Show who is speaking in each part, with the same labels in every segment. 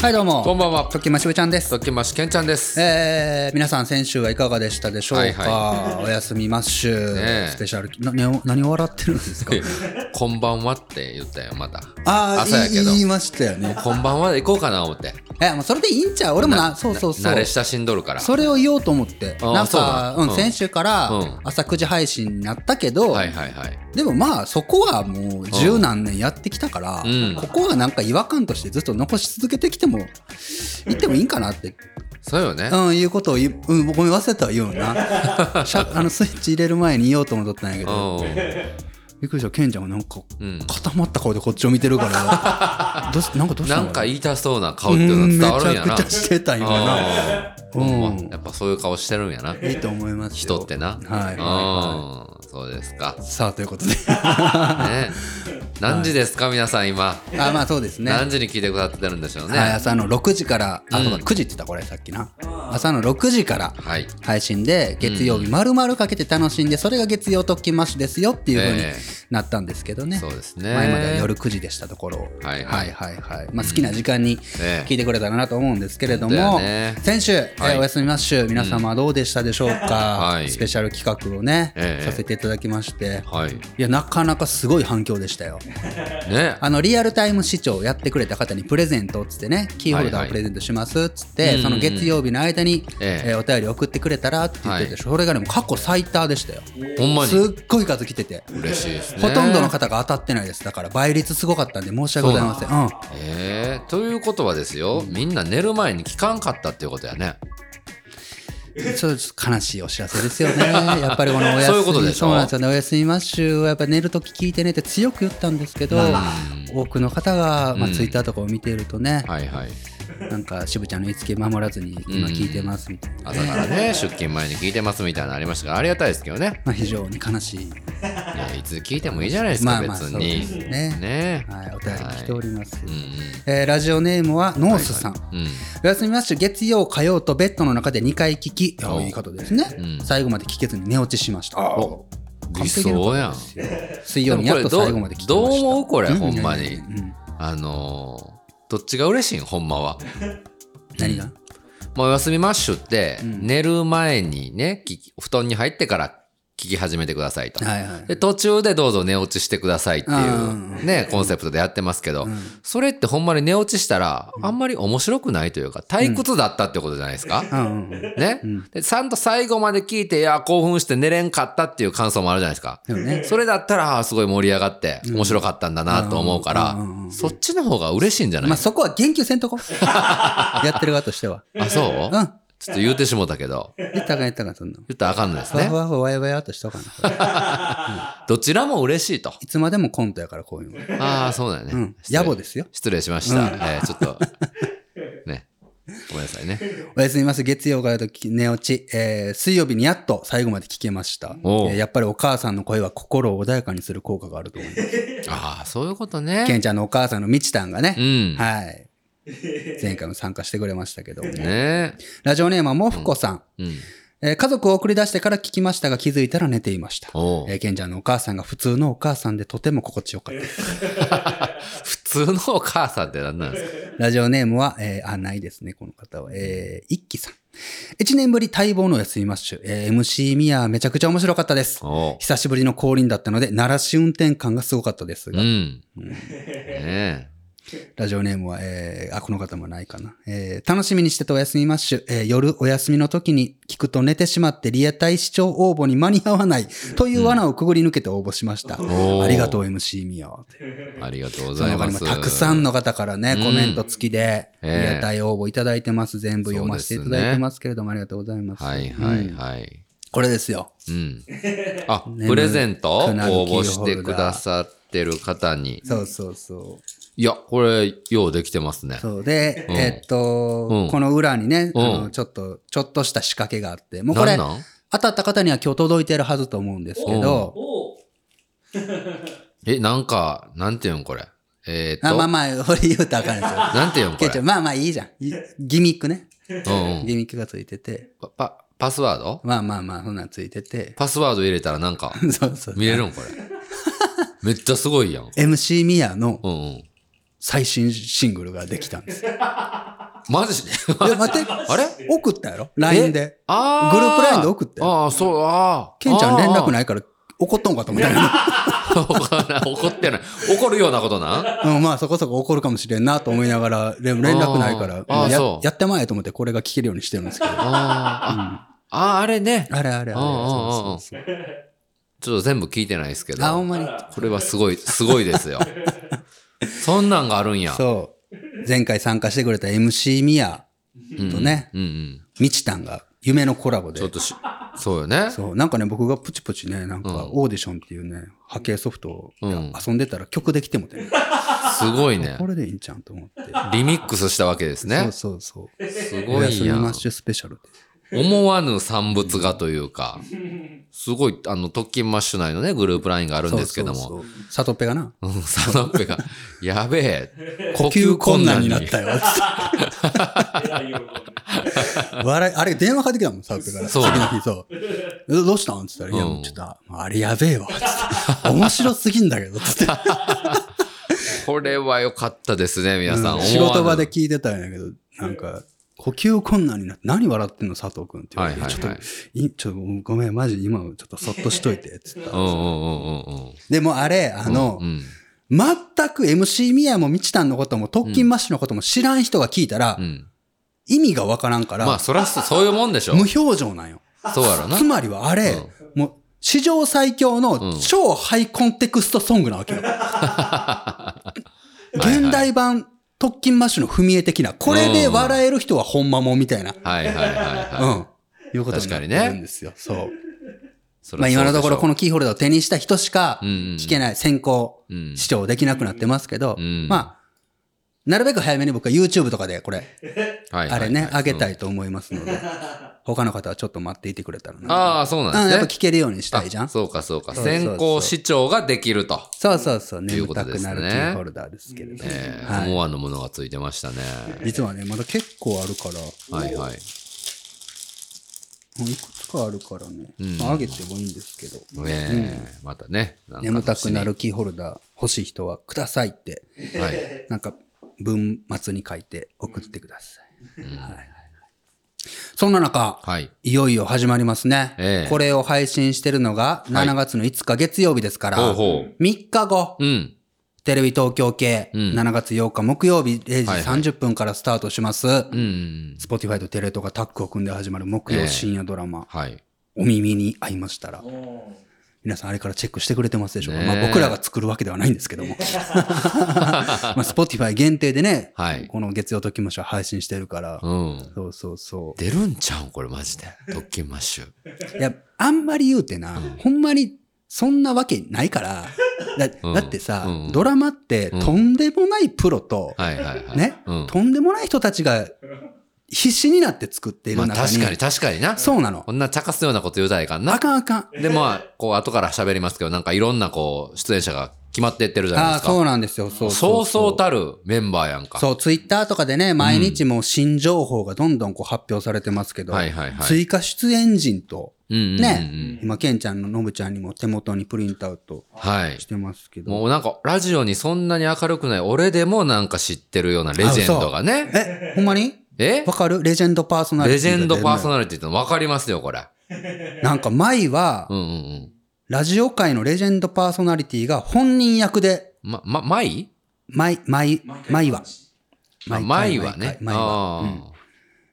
Speaker 1: はいどうも
Speaker 2: こんばんは
Speaker 1: ときましぶちゃんです
Speaker 2: ときましけんちゃんです。
Speaker 1: えー、皆さん先週はいかがでしたでしょうか、
Speaker 2: はいは
Speaker 1: おやすみマッシュ、
Speaker 2: ねえ
Speaker 1: スペシャルな何を何を笑ってるんです か
Speaker 2: こんばんはって言ったよ、また。
Speaker 1: あ
Speaker 2: 朝や
Speaker 1: あ
Speaker 2: けど
Speaker 1: 言いましたよね
Speaker 2: こんばんはで行こうかな思って。
Speaker 1: えもうそれでいいんちゃう俺もな
Speaker 2: な
Speaker 1: そうそうそ
Speaker 2: な慣
Speaker 1: う
Speaker 2: れ親しんどるから。
Speaker 1: それを言おうと思って
Speaker 2: あー
Speaker 1: なん
Speaker 2: そうな
Speaker 1: か
Speaker 2: ん
Speaker 1: うん
Speaker 2: うん
Speaker 1: 先週から
Speaker 2: うん
Speaker 1: 朝9時配信になったけど、
Speaker 2: はいはいはい。
Speaker 1: でもまあそこはもう十何年やってきたから、
Speaker 2: うん
Speaker 1: ここはなんか違和感としてずっと残し続けてきても言ってもいいんかなって、
Speaker 2: そうよね。
Speaker 1: うん、いうことを言う、うん、ごめん忘れたわ言うの なしゃあのスイッチ入れる前に言おうと思っとったんやけ
Speaker 2: う
Speaker 1: ど
Speaker 2: ん。
Speaker 1: びっくりしたケンちゃんがなんか
Speaker 2: うん。
Speaker 1: 固まった顔でこっちを見てるから どうしなんかどうした
Speaker 2: な
Speaker 1: の
Speaker 2: んか言いたそうな顔っていうのは伝わるんや
Speaker 1: うんめち
Speaker 2: な
Speaker 1: ゃ。くちゃしてた今な
Speaker 2: うんほんま
Speaker 1: うん
Speaker 2: やっぱそういう顔してるんやな。
Speaker 1: いいと思いますよ
Speaker 2: 人ってな。
Speaker 1: はいは
Speaker 2: うん。そうですか。
Speaker 1: いさあという ことで
Speaker 2: ね。何時ですか、皆さん今。
Speaker 1: あまあそうですね
Speaker 2: 何時に聞いてくださってるんでしょう
Speaker 1: はい、
Speaker 2: ね。
Speaker 1: 朝の6時から、あ、
Speaker 2: うん
Speaker 1: そうだ、9時って言った、これ、さっきな。朝の6時から
Speaker 2: はい。
Speaker 1: 配信で、月曜日、丸々かけて楽しんで、それが月曜ときましですよっていう風に
Speaker 2: ええ
Speaker 1: なったんですけどね。
Speaker 2: そうですね。
Speaker 1: 前までは夜9時でしたところを、
Speaker 2: はい
Speaker 1: はいは
Speaker 2: はい
Speaker 1: いはいまあ、好きな時間に
Speaker 2: ええ
Speaker 1: 聞いてくれたらなと思うんですけれど
Speaker 2: だ
Speaker 1: も、
Speaker 2: よね
Speaker 1: 先週、え
Speaker 2: は
Speaker 1: ー
Speaker 2: い
Speaker 1: おやすみマッシュ皆様どうでしたでしょうか、
Speaker 2: はい
Speaker 1: スペシャル企画をね、
Speaker 2: え
Speaker 1: さ
Speaker 2: え
Speaker 1: せていただきまして、
Speaker 2: はい。
Speaker 1: いやなかなかすごい反響でしたよ。
Speaker 2: ね。
Speaker 1: あのリアルタイム視聴やってくれた方にプレゼントっつってねキーホルダ
Speaker 2: は
Speaker 1: ーを
Speaker 2: いはい
Speaker 1: プレゼントしますっつって、
Speaker 2: うんうん
Speaker 1: その月曜日の間に、
Speaker 2: ええ
Speaker 1: えーお便り送ってくれたらって言ってたでしょ、それがでも過去最多でしたよ
Speaker 2: ほんますに。
Speaker 1: っごい数来てて、
Speaker 2: 嬉しいですね。
Speaker 1: ほとんどの方が当たってないですだから倍率すごかったんで申し訳ございませんうん
Speaker 2: えー、ということはですよ、みんな寝る前に聞かんかったっていうことやね。
Speaker 1: ちょっと悲しいお知らせですよ ねやっぱりこのお休み
Speaker 2: そういうことでしょ
Speaker 1: そうなんですよねお休みマッシュはやっぱ寝るとき聞いてねって強く言ったんですけど多くの方が、まあ
Speaker 2: うん
Speaker 1: ツイッターとかを見ているとね、
Speaker 2: はいはい。
Speaker 1: なんか渋ちゃんの言いつけ守らずに今聞いてますみたいな、
Speaker 2: 朝か らね、出勤前に聞いてますみたいなのありましたから、ありがたいですけどね。
Speaker 1: まあ、非常に悲しい、
Speaker 2: ねいつ聞いてもいいじゃないです
Speaker 1: ま
Speaker 2: か、
Speaker 1: あ
Speaker 2: 別
Speaker 1: まあそうで
Speaker 2: に。
Speaker 1: すね
Speaker 2: ね
Speaker 1: はい、お便り来ております、
Speaker 2: うんうん
Speaker 1: えーラジオネームはノースさん、
Speaker 2: うん。
Speaker 1: おやすみマッシュ月曜火曜とベッドの中で2回聞きいや
Speaker 2: お
Speaker 1: いいことですね、
Speaker 2: うん
Speaker 1: 最後まで聞けずに寝落ちしました
Speaker 2: お
Speaker 1: 完
Speaker 2: 理
Speaker 1: 璧な
Speaker 2: 想やん。
Speaker 1: 水
Speaker 2: で
Speaker 1: 曜
Speaker 2: も
Speaker 1: に
Speaker 2: こ
Speaker 1: やっ
Speaker 2: れ
Speaker 1: と
Speaker 2: ど
Speaker 1: 最後ま
Speaker 2: う
Speaker 1: で聞きました
Speaker 2: どう思うこれ、
Speaker 1: うん
Speaker 2: ほんま
Speaker 1: いや
Speaker 2: に
Speaker 1: いや。いやうん
Speaker 2: あのー、どっちが嬉しいん、ほんまは。
Speaker 1: 何が
Speaker 2: もうお休みマッシュって、
Speaker 1: うん
Speaker 2: 寝る前にね、聞き布団に入ってから聞き始めてくださいと。
Speaker 1: はいはい
Speaker 2: で途中でどうぞ寝落ちしてくださいってい
Speaker 1: あ
Speaker 2: うねコンセプトでやってますけど、
Speaker 1: ん
Speaker 2: それってほんまに寝落ちしたらあんまり面白くないというか退屈だったってことじゃないですか、
Speaker 1: うんうん
Speaker 2: ね、でちゃんと最後まで聞いていや興奮して寝れんかったっていう感想もあるじゃないですか、
Speaker 1: でもね
Speaker 2: それだったらあーすごい盛り上がって面白かったんだなと思うから、
Speaker 1: うんうんうん
Speaker 2: そっちの方が嬉しいんじゃない、
Speaker 1: まあそこは言及せんとこ やってる側としては
Speaker 2: あそう、
Speaker 1: うん
Speaker 2: ちょっと言うてしもたけど
Speaker 1: 言ったらあかん言ったらあかんそんなの
Speaker 2: 言ったらあかんのです
Speaker 1: ふわ
Speaker 2: ね
Speaker 1: ふわふわわやわやっとしとかなこれ
Speaker 2: どちらも嬉しいと
Speaker 1: いつまでもコントやからこういうの
Speaker 2: ああそうだよね、
Speaker 1: うん
Speaker 2: 失礼
Speaker 1: 野暮ですよ
Speaker 2: 失礼しました、えーちょっとねごめんなさい ね
Speaker 1: おやすみます。月曜からと寝落ち、えー水曜日にやっと最後まで聞けました、え
Speaker 2: おう
Speaker 1: ーやっぱりお母さんの声は心を穏やかにする効果があると思います。
Speaker 2: ああそういうこと
Speaker 1: ケ
Speaker 2: ね
Speaker 1: ンちゃんのお母さんのみちたんがね、
Speaker 2: うん
Speaker 1: はい。前回も参加してくれましたけど、
Speaker 2: ね
Speaker 1: ラジオネームはもふこさん。
Speaker 2: えうん
Speaker 1: えー家族を送り出してから聞きましたが気づいたら寝ていました。
Speaker 2: おう
Speaker 1: えー、ケンちゃんのお母さんが普通のお母さんでとても心地よかった です。
Speaker 2: 普通のお母さんって何なんですか
Speaker 1: ラジオネームは、えーあ、ないですね、この方は。えー、一輝さん。1年ぶり待望のお休みマッシュ。えー MC ミヤめちゃくちゃ面白かったです。
Speaker 2: おう
Speaker 1: 久しぶりの降臨だったので、鳴らし運転感がすごかったです
Speaker 2: う
Speaker 1: が、
Speaker 2: んねえ
Speaker 1: ラジオネームは、えー、あ、この方もないかな。えー、楽しみにしてたお休みマッシュ、えー、夜お休みの時に聞くと寝てしまってリアタイ視聴応募に間に合わないという罠をくぐり抜けて応募しました。
Speaker 2: おー
Speaker 1: ありがとう MC ミヤ。
Speaker 2: ありがとうご
Speaker 1: そ
Speaker 2: ざい
Speaker 1: の他
Speaker 2: ま
Speaker 1: にも
Speaker 2: す
Speaker 1: たくさんの方からね、
Speaker 2: うん
Speaker 1: コメント付きで、リ
Speaker 2: ええ
Speaker 1: アタイ応募いただいてます。全部読ませていただいてますけれども、ありがとうございます。
Speaker 2: はいはい
Speaker 1: うん
Speaker 2: はい
Speaker 1: これですよ。
Speaker 2: うんあ
Speaker 1: 眠
Speaker 2: プレゼント応
Speaker 1: くなるキーホルダー
Speaker 2: 募してくださってる方に
Speaker 1: そうそうそう。
Speaker 2: いやこれようできてますね
Speaker 1: そうで、
Speaker 2: うん
Speaker 1: えっと、
Speaker 2: うん
Speaker 1: この裏にね、あ
Speaker 2: う
Speaker 1: の
Speaker 2: ん
Speaker 1: ちょっと、ちょっとした仕掛けがあって、もうこれ、
Speaker 2: なんなん
Speaker 1: 当たった方には今日届いてるはずと思うんですけど、
Speaker 2: えなんかなんていうんこれえーっ
Speaker 1: あ
Speaker 2: と
Speaker 1: まあまあ、俺言うたらあかんですよ。
Speaker 2: なんていうんこ
Speaker 1: け
Speaker 2: れ
Speaker 1: いちゃんまあまあいいじゃん。いギミックね。
Speaker 2: うんうん
Speaker 1: ギミックがついてて、
Speaker 2: パパパスワード
Speaker 1: まあまあまあ、そんなんついてて、
Speaker 2: パスワード入れたらなんか
Speaker 1: そうそう。
Speaker 2: 見れるんこれめっちゃすごいやん。
Speaker 1: MC ミヤの
Speaker 2: うんうん。
Speaker 1: 最新シングルができたんです。い
Speaker 2: マジ で
Speaker 1: や、待って、
Speaker 2: あれ
Speaker 1: 送ったやろ ?LINE で。
Speaker 2: あ
Speaker 1: グループ LINE で
Speaker 2: で
Speaker 1: 送って。
Speaker 2: ああ、そう、ああ。
Speaker 1: ケンちゃん連 絡
Speaker 2: い。
Speaker 1: ないから怒っとんかと思ったけど。
Speaker 2: 怒ってない。怒るようなこと な。
Speaker 1: うん、まあそこそこ怒るかもしれんなと思いながら、でも連絡ないから
Speaker 2: あー、あー
Speaker 1: や
Speaker 2: そう
Speaker 1: やってまえと思ってこれが聞けるようにしてるんですけど。
Speaker 2: あ
Speaker 1: あ
Speaker 2: あ、ああ、あれね。
Speaker 1: れあれあれ。
Speaker 2: あーあーあ
Speaker 1: そう
Speaker 2: ー
Speaker 1: そうそう
Speaker 2: ちょっと全部聞いてないですけ
Speaker 1: あ、ほ
Speaker 2: ど。
Speaker 1: んまに。
Speaker 2: これはすごい、すごいで すよ。そんなんがあるんや。
Speaker 1: そう。前回参加してくれた MC ミヤ
Speaker 2: うん
Speaker 1: とね、
Speaker 2: うんうん。
Speaker 1: みちたんが夢のコラボで
Speaker 2: ちょっ。とし、そうよね。
Speaker 1: そう。なんかね、僕がプチプチね、なんか
Speaker 2: うん
Speaker 1: オーディションっていうね、波形ソフトを
Speaker 2: うん
Speaker 1: 遊んでたら曲できてもて、
Speaker 2: すごいね
Speaker 1: こ。れでいいんちゃうんと思って。
Speaker 2: リミックスしたわけです
Speaker 1: そ
Speaker 2: ね
Speaker 1: う。そうそう。
Speaker 2: す
Speaker 1: お
Speaker 2: ご
Speaker 1: やす
Speaker 2: い
Speaker 1: み
Speaker 2: や
Speaker 1: マッ
Speaker 2: ん。
Speaker 1: シュスペシャルで。
Speaker 2: 思わぬ産物がという か、すごい、あの、特勤マッシュ内のね、グループラインがあるんですけど
Speaker 1: そうそう
Speaker 2: も、
Speaker 1: そう。サトペがな、
Speaker 2: うんサノッペが、やべえ、
Speaker 1: 呼吸困難になっ
Speaker 2: 呼吸困
Speaker 1: たよ。 笑い、あれ電話かかってきたもん、サトペから。
Speaker 2: そう
Speaker 1: 次の日、そう。えどうしたんつったら、いや、
Speaker 2: うん
Speaker 1: もうちょっと、ああれやべえわ。つって面白すぎんだけど、 つって。
Speaker 2: 難にこれは良かったですね、皆さ
Speaker 1: うん
Speaker 2: ん。思わぬ
Speaker 1: 仕事場で。聞いてたんやけど、なんか、呼吸困難になって、何笑ってんの佐藤君って言われて、
Speaker 2: はいはいはい
Speaker 1: ちょっとい、ちょっとごめん、マジ今ちょっとそっとしといて、っつった
Speaker 2: うんうんうんうん
Speaker 1: でもあれ、あの、
Speaker 2: うん。うん。
Speaker 1: 全く MC ミヤもみちたんのことも、特勤マッシュのことも知らん人が聞いたら、
Speaker 2: うん。
Speaker 1: 意味がわからんから、
Speaker 2: まあ、そらそ、そういうもんでしょ
Speaker 1: 無。表情なんよ。
Speaker 2: そうやろな
Speaker 1: つ。まりはあれ、もう、史上最強
Speaker 2: う
Speaker 1: の
Speaker 2: ん
Speaker 1: 超ハイコンテクストソングなわけ よ。現代版特勤マッシュの踏み絵的な、これで笑える人はほんまもんみたいな。
Speaker 2: はいはいはいは
Speaker 1: うん。いうことになってるんですよ。そう。
Speaker 2: いそらそうでしょ。
Speaker 1: まあ今のところこ
Speaker 2: の、
Speaker 1: のキーホルダーを手にした人しか
Speaker 2: うんうん
Speaker 1: 聞けない、先行
Speaker 2: うん
Speaker 1: 視聴できなくなってますけど、
Speaker 2: うん
Speaker 1: まあ、なるべく早めに僕は YouTube とかでこれ、
Speaker 2: はいはい
Speaker 1: あ
Speaker 2: はい
Speaker 1: れね、あげたいと思いますの で、他の方はちょっと待っていてくれたらな。
Speaker 2: ああ、そうなんです
Speaker 1: うん
Speaker 2: ね。
Speaker 1: やっぱ聞けるようにしたいじゃん。
Speaker 2: あ
Speaker 1: そう
Speaker 2: そうかそうか。
Speaker 1: そうそうそう
Speaker 2: 先行視聴ができると。
Speaker 1: そうそう、
Speaker 2: という
Speaker 1: 眠
Speaker 2: こと
Speaker 1: た
Speaker 2: で
Speaker 1: く
Speaker 2: す
Speaker 1: な
Speaker 2: ね
Speaker 1: るキーホルダーですけれども。
Speaker 2: えー
Speaker 1: はい
Speaker 2: 思わぬものがついてましたね。
Speaker 1: 実はね、まだ結構あるから、
Speaker 2: はいはい。
Speaker 1: うんいくつかあるからね、
Speaker 2: うん
Speaker 1: まあ、あげてもいいんですけど。
Speaker 2: ねえ、またね。なんか
Speaker 1: 眠たくな
Speaker 2: 楽
Speaker 1: るキーホルダー欲しい人はくださいって、
Speaker 2: しみ。はい。
Speaker 1: なんか文末に書いて送ってください。はいはいはいそんな中、
Speaker 2: はい。
Speaker 1: いよいよ始まりますね、
Speaker 2: ええ
Speaker 1: これを配信してるのが
Speaker 2: はい
Speaker 1: 7月の5日月曜日ですから、
Speaker 2: ほうほう。
Speaker 1: 3日後、
Speaker 2: うん。
Speaker 1: テレビ東京系、
Speaker 2: うん
Speaker 1: 7月8日木曜日
Speaker 2: はいは
Speaker 1: 0
Speaker 2: い
Speaker 1: 時30分からスタートします。
Speaker 2: うんうんうん。
Speaker 1: スポティファイとテレ東がタッグを組んで始まる木曜深夜ドラマ、
Speaker 2: はい。
Speaker 1: お耳に合いましたら、皆さんあれからチェックしてくれてますでしょうか、
Speaker 2: ねえ
Speaker 1: まあ僕らが作るわけではないんですけ ども。 まあ Spotify 限定でね、
Speaker 2: はい
Speaker 1: この月曜ときましは配信してるから、
Speaker 2: うん。
Speaker 1: そうそうそ
Speaker 2: 出るんちゃうんこれマジで。特勤マッシュ。
Speaker 1: う。いや、あんまり言うてな、ほんまにそんなわけないから、だ
Speaker 2: うん
Speaker 1: だってさ、
Speaker 2: うん
Speaker 1: ドラマって
Speaker 2: うん
Speaker 1: とんでもないプロと、
Speaker 2: はいはいはい。
Speaker 1: ね、
Speaker 2: うん。
Speaker 1: とんでもない人たちが必死になって作ってい
Speaker 2: ま
Speaker 1: る
Speaker 2: あ
Speaker 1: 中に、
Speaker 2: 確かに確かにな。
Speaker 1: そうなの
Speaker 2: こ。んな茶化すようなこと言うたらいかん
Speaker 1: あ
Speaker 2: な。
Speaker 1: かんあかん。
Speaker 2: で、まあ、こう、後から喋りますけど、なんかいろんなこう、出演者が決まってってるじゃない
Speaker 1: あ
Speaker 2: で
Speaker 1: あ、そ
Speaker 2: すか。
Speaker 1: うなんですよ。そう
Speaker 2: そ
Speaker 1: そうう
Speaker 2: そうたるメンバーやんか。
Speaker 1: そう、ツイッターとかでね、毎日もう新情報がどんどんこう発表されてますけど、
Speaker 2: はいはいはい。
Speaker 1: 追加出演陣と、
Speaker 2: うんうんうんうん
Speaker 1: ね、今、ケンちゃんのノブちゃんにも手元にプリントアウト
Speaker 2: はい
Speaker 1: し。てますけど、
Speaker 2: もうなんか、ラジオにそんなに明るくない、俺でもなんか知ってるようなレジェンドがね。
Speaker 1: え、ほんまに
Speaker 2: え
Speaker 1: わかるレジェンドパーソナリティ
Speaker 2: レジェンドパーソ
Speaker 1: ナ
Speaker 2: ナリティっての分かりますよ、これ。
Speaker 1: なんか前は
Speaker 2: う、んうんうん。
Speaker 1: ラジオ界のレジェンドパーソナリティが本人役で、
Speaker 2: ま、ま、舞
Speaker 1: 毎、毎、毎は。毎
Speaker 2: あ
Speaker 1: 回
Speaker 2: 舞はね。
Speaker 1: 毎回毎はうん
Speaker 2: あ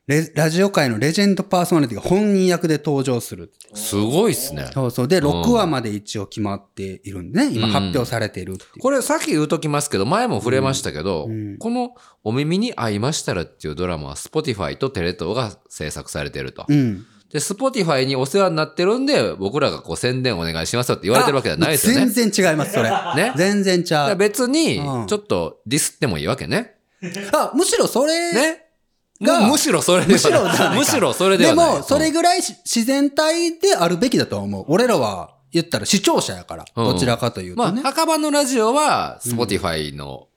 Speaker 1: レラジオ界のレジェンドパーソナリティが本人役で登場する。
Speaker 2: ーすごいっすね。
Speaker 1: そうそう。で、6話まで一応決まっているんでね、今
Speaker 2: うん
Speaker 1: 発表されているっていう。
Speaker 2: これさっき言うときますけど、前も触れましたけど、
Speaker 1: うんうん
Speaker 2: このお耳に合いましたらっていうドラマは Spotify とテレ東が制作されてると。
Speaker 1: うん。
Speaker 2: で、Spotify にお世話になってるんで、僕らがこう宣伝お願いしますよって言われてるわけじゃないですよね。
Speaker 1: 全然違います、それ。
Speaker 2: ね。
Speaker 1: 全然ち
Speaker 2: だか
Speaker 1: ゃ
Speaker 2: ら
Speaker 1: う。
Speaker 2: 別に
Speaker 1: うん、
Speaker 2: ちょっとディスってもいいわけね。
Speaker 1: あ、むしろそれ、
Speaker 2: ね。
Speaker 1: が
Speaker 2: むむしろそれで
Speaker 1: むしろ
Speaker 2: は
Speaker 1: じゃな
Speaker 2: な
Speaker 1: い
Speaker 2: い。
Speaker 1: か
Speaker 2: むしろそれで
Speaker 1: で
Speaker 2: はない。
Speaker 1: も、それぐらいし自然体であるべきだとは思う。俺らは、言ったら視聴者やから、
Speaker 2: うん
Speaker 1: どちらかという
Speaker 2: ま
Speaker 1: と
Speaker 2: あ、
Speaker 1: ね。
Speaker 2: 墓場のラジオは、Spotify の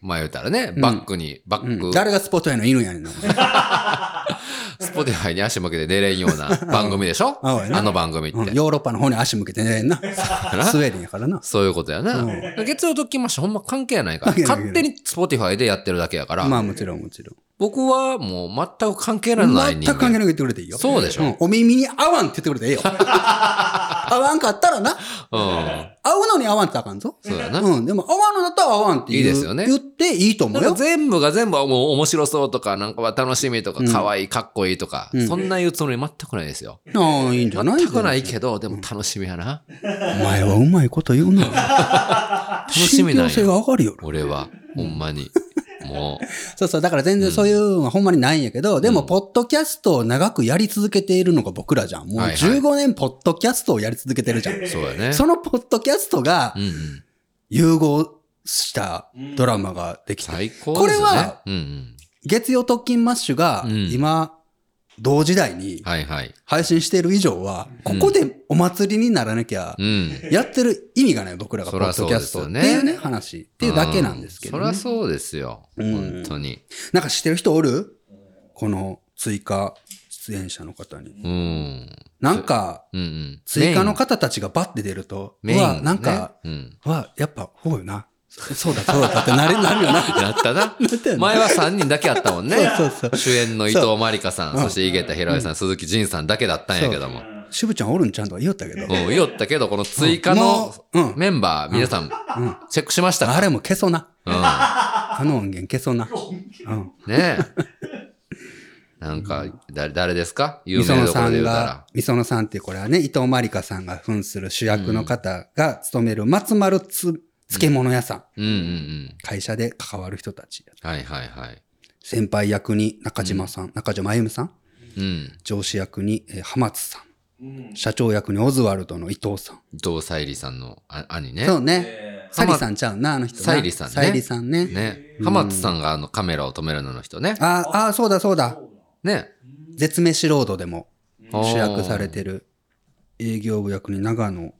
Speaker 2: まあ言うたらね、バックに、バッ
Speaker 1: うん、
Speaker 2: ク、
Speaker 1: 誰がスポットへの犬やね んな。
Speaker 2: スポティファイに足向けて出れんよ うな番組でしょ
Speaker 1: あそうやな
Speaker 2: あの番組って。
Speaker 1: うんヨーロッパの方に足向けて ねんな。スウェーデンやからな。
Speaker 2: そういうことやな。月曜ときましてほんま関係ないから。
Speaker 1: 関係ない
Speaker 2: 勝手に Spotify でやってるだけやから。
Speaker 1: まあもちろんもちろん。
Speaker 2: 僕はもう全く関係のない
Speaker 1: 全
Speaker 2: 人
Speaker 1: く関係な
Speaker 2: 間。
Speaker 1: く言ってくれていいよ。
Speaker 2: そうでしょ
Speaker 1: んお耳に合わんって言ってくれ ていいよ。合わんかったらな。
Speaker 2: うん。
Speaker 1: 合うのに合わんってあかんぞ。
Speaker 2: そうやな。
Speaker 1: うん。でも合わんのだったら合わんって言う
Speaker 2: いいですよね
Speaker 1: 言っていいと思
Speaker 2: な
Speaker 1: うんよ。
Speaker 2: か全部が全部もう面白そうとか、なんかは楽しみとか、可愛い、かっこいいとか、
Speaker 1: ん
Speaker 2: そんな言うつもり全くないですよ。
Speaker 1: ああ、いいんじゃない
Speaker 2: 全くないけど、でも楽しみやな。
Speaker 1: お前はうまいこと言うな。楽
Speaker 2: しみなんや
Speaker 1: 性が上がるよな。
Speaker 2: 俺は、ほんまに。も
Speaker 1: そうそう。だから全然そういうのはほんまにないんやけど、でも、ポッドキャストを長くやり続けているのが僕らじゃん。もう
Speaker 2: はいはい
Speaker 1: 15年ポッドキャストをやり続けてるじゃん。
Speaker 2: う、そうやね。
Speaker 1: そのポッドキャストが
Speaker 2: うんうん。
Speaker 1: 融合したドラマができた。
Speaker 2: 最高ですよね。
Speaker 1: これは
Speaker 2: うんうん。
Speaker 1: 月曜特勤マッシュが
Speaker 2: うん
Speaker 1: 今、同時代に
Speaker 2: はいはい。
Speaker 1: 配信している以上は、こ
Speaker 2: うん
Speaker 1: こでお祭りにならなきゃ
Speaker 2: う、ん。
Speaker 1: やってる意味がない僕らがポ
Speaker 2: そら
Speaker 1: ッド
Speaker 2: そう
Speaker 1: キャ
Speaker 2: で
Speaker 1: ス
Speaker 2: す
Speaker 1: トっ
Speaker 2: よ
Speaker 1: て
Speaker 2: ね
Speaker 1: いうね、話っていうだけなんですけど
Speaker 2: うそりゃ
Speaker 1: ね。
Speaker 2: そうですよ。
Speaker 1: うん
Speaker 2: 本当に。
Speaker 1: なんか知ってる人おるこの追加出演者の方に。
Speaker 2: うん。
Speaker 1: なんか、
Speaker 2: うんうん。
Speaker 1: 追加の
Speaker 2: メ
Speaker 1: 方たちがバッて出ると、
Speaker 2: イン、メイン
Speaker 1: は、
Speaker 2: ね
Speaker 1: なんか、、
Speaker 2: うん。
Speaker 1: は、やっぱ、ほうよな。そ そうだ、そうだってなれ、なるよ な。
Speaker 2: やったな。
Speaker 1: ったよね
Speaker 2: 前は3人だけあったもんね。
Speaker 1: そうそうそう。
Speaker 2: 主演の伊藤まりかさん、
Speaker 1: そう
Speaker 2: そして井桁弘恵さん、鈴木仁さんだけだったんやけども。
Speaker 1: 渋ちゃんおるんちゃんとは言おったけど。
Speaker 2: うん、言おったけど、この追加の
Speaker 1: うんもううん
Speaker 2: メンバー、皆さん、チェックしました
Speaker 1: あ
Speaker 2: か
Speaker 1: れも消そうな。
Speaker 2: う
Speaker 1: あの音源消そうな。うん。
Speaker 2: ん。ねえ。 なんか、だ誰ですか有
Speaker 1: みそ
Speaker 2: 名
Speaker 1: の
Speaker 2: なとこ
Speaker 1: さ
Speaker 2: ろで
Speaker 1: ん
Speaker 2: 言う
Speaker 1: が
Speaker 2: た、
Speaker 1: みそのさんっていうこれはね、伊藤まりかさんが扮する主役の方が勤める松丸つ漬物屋さん。
Speaker 2: ら。うんうんうん。
Speaker 1: 会社で関わる人たち。
Speaker 2: はいはいはい。
Speaker 1: 先輩役に中島さん、中島真由美さん。
Speaker 2: うん。
Speaker 1: 上司役にえー浜津さん。社長役にオズワルドの伊藤さん。
Speaker 2: 伊藤沙莉さんのあ兄ね。
Speaker 1: そうね。サリさんちゃうな、あの人な。
Speaker 2: サイリさんね
Speaker 1: サイリさんね。
Speaker 2: ね。浜津さんがあのカメラを止めるのの人ね。
Speaker 1: ああー、そうだそうだ。
Speaker 2: ね。
Speaker 1: 絶命しロードでも主役され
Speaker 2: る。
Speaker 1: てる営業部役に長野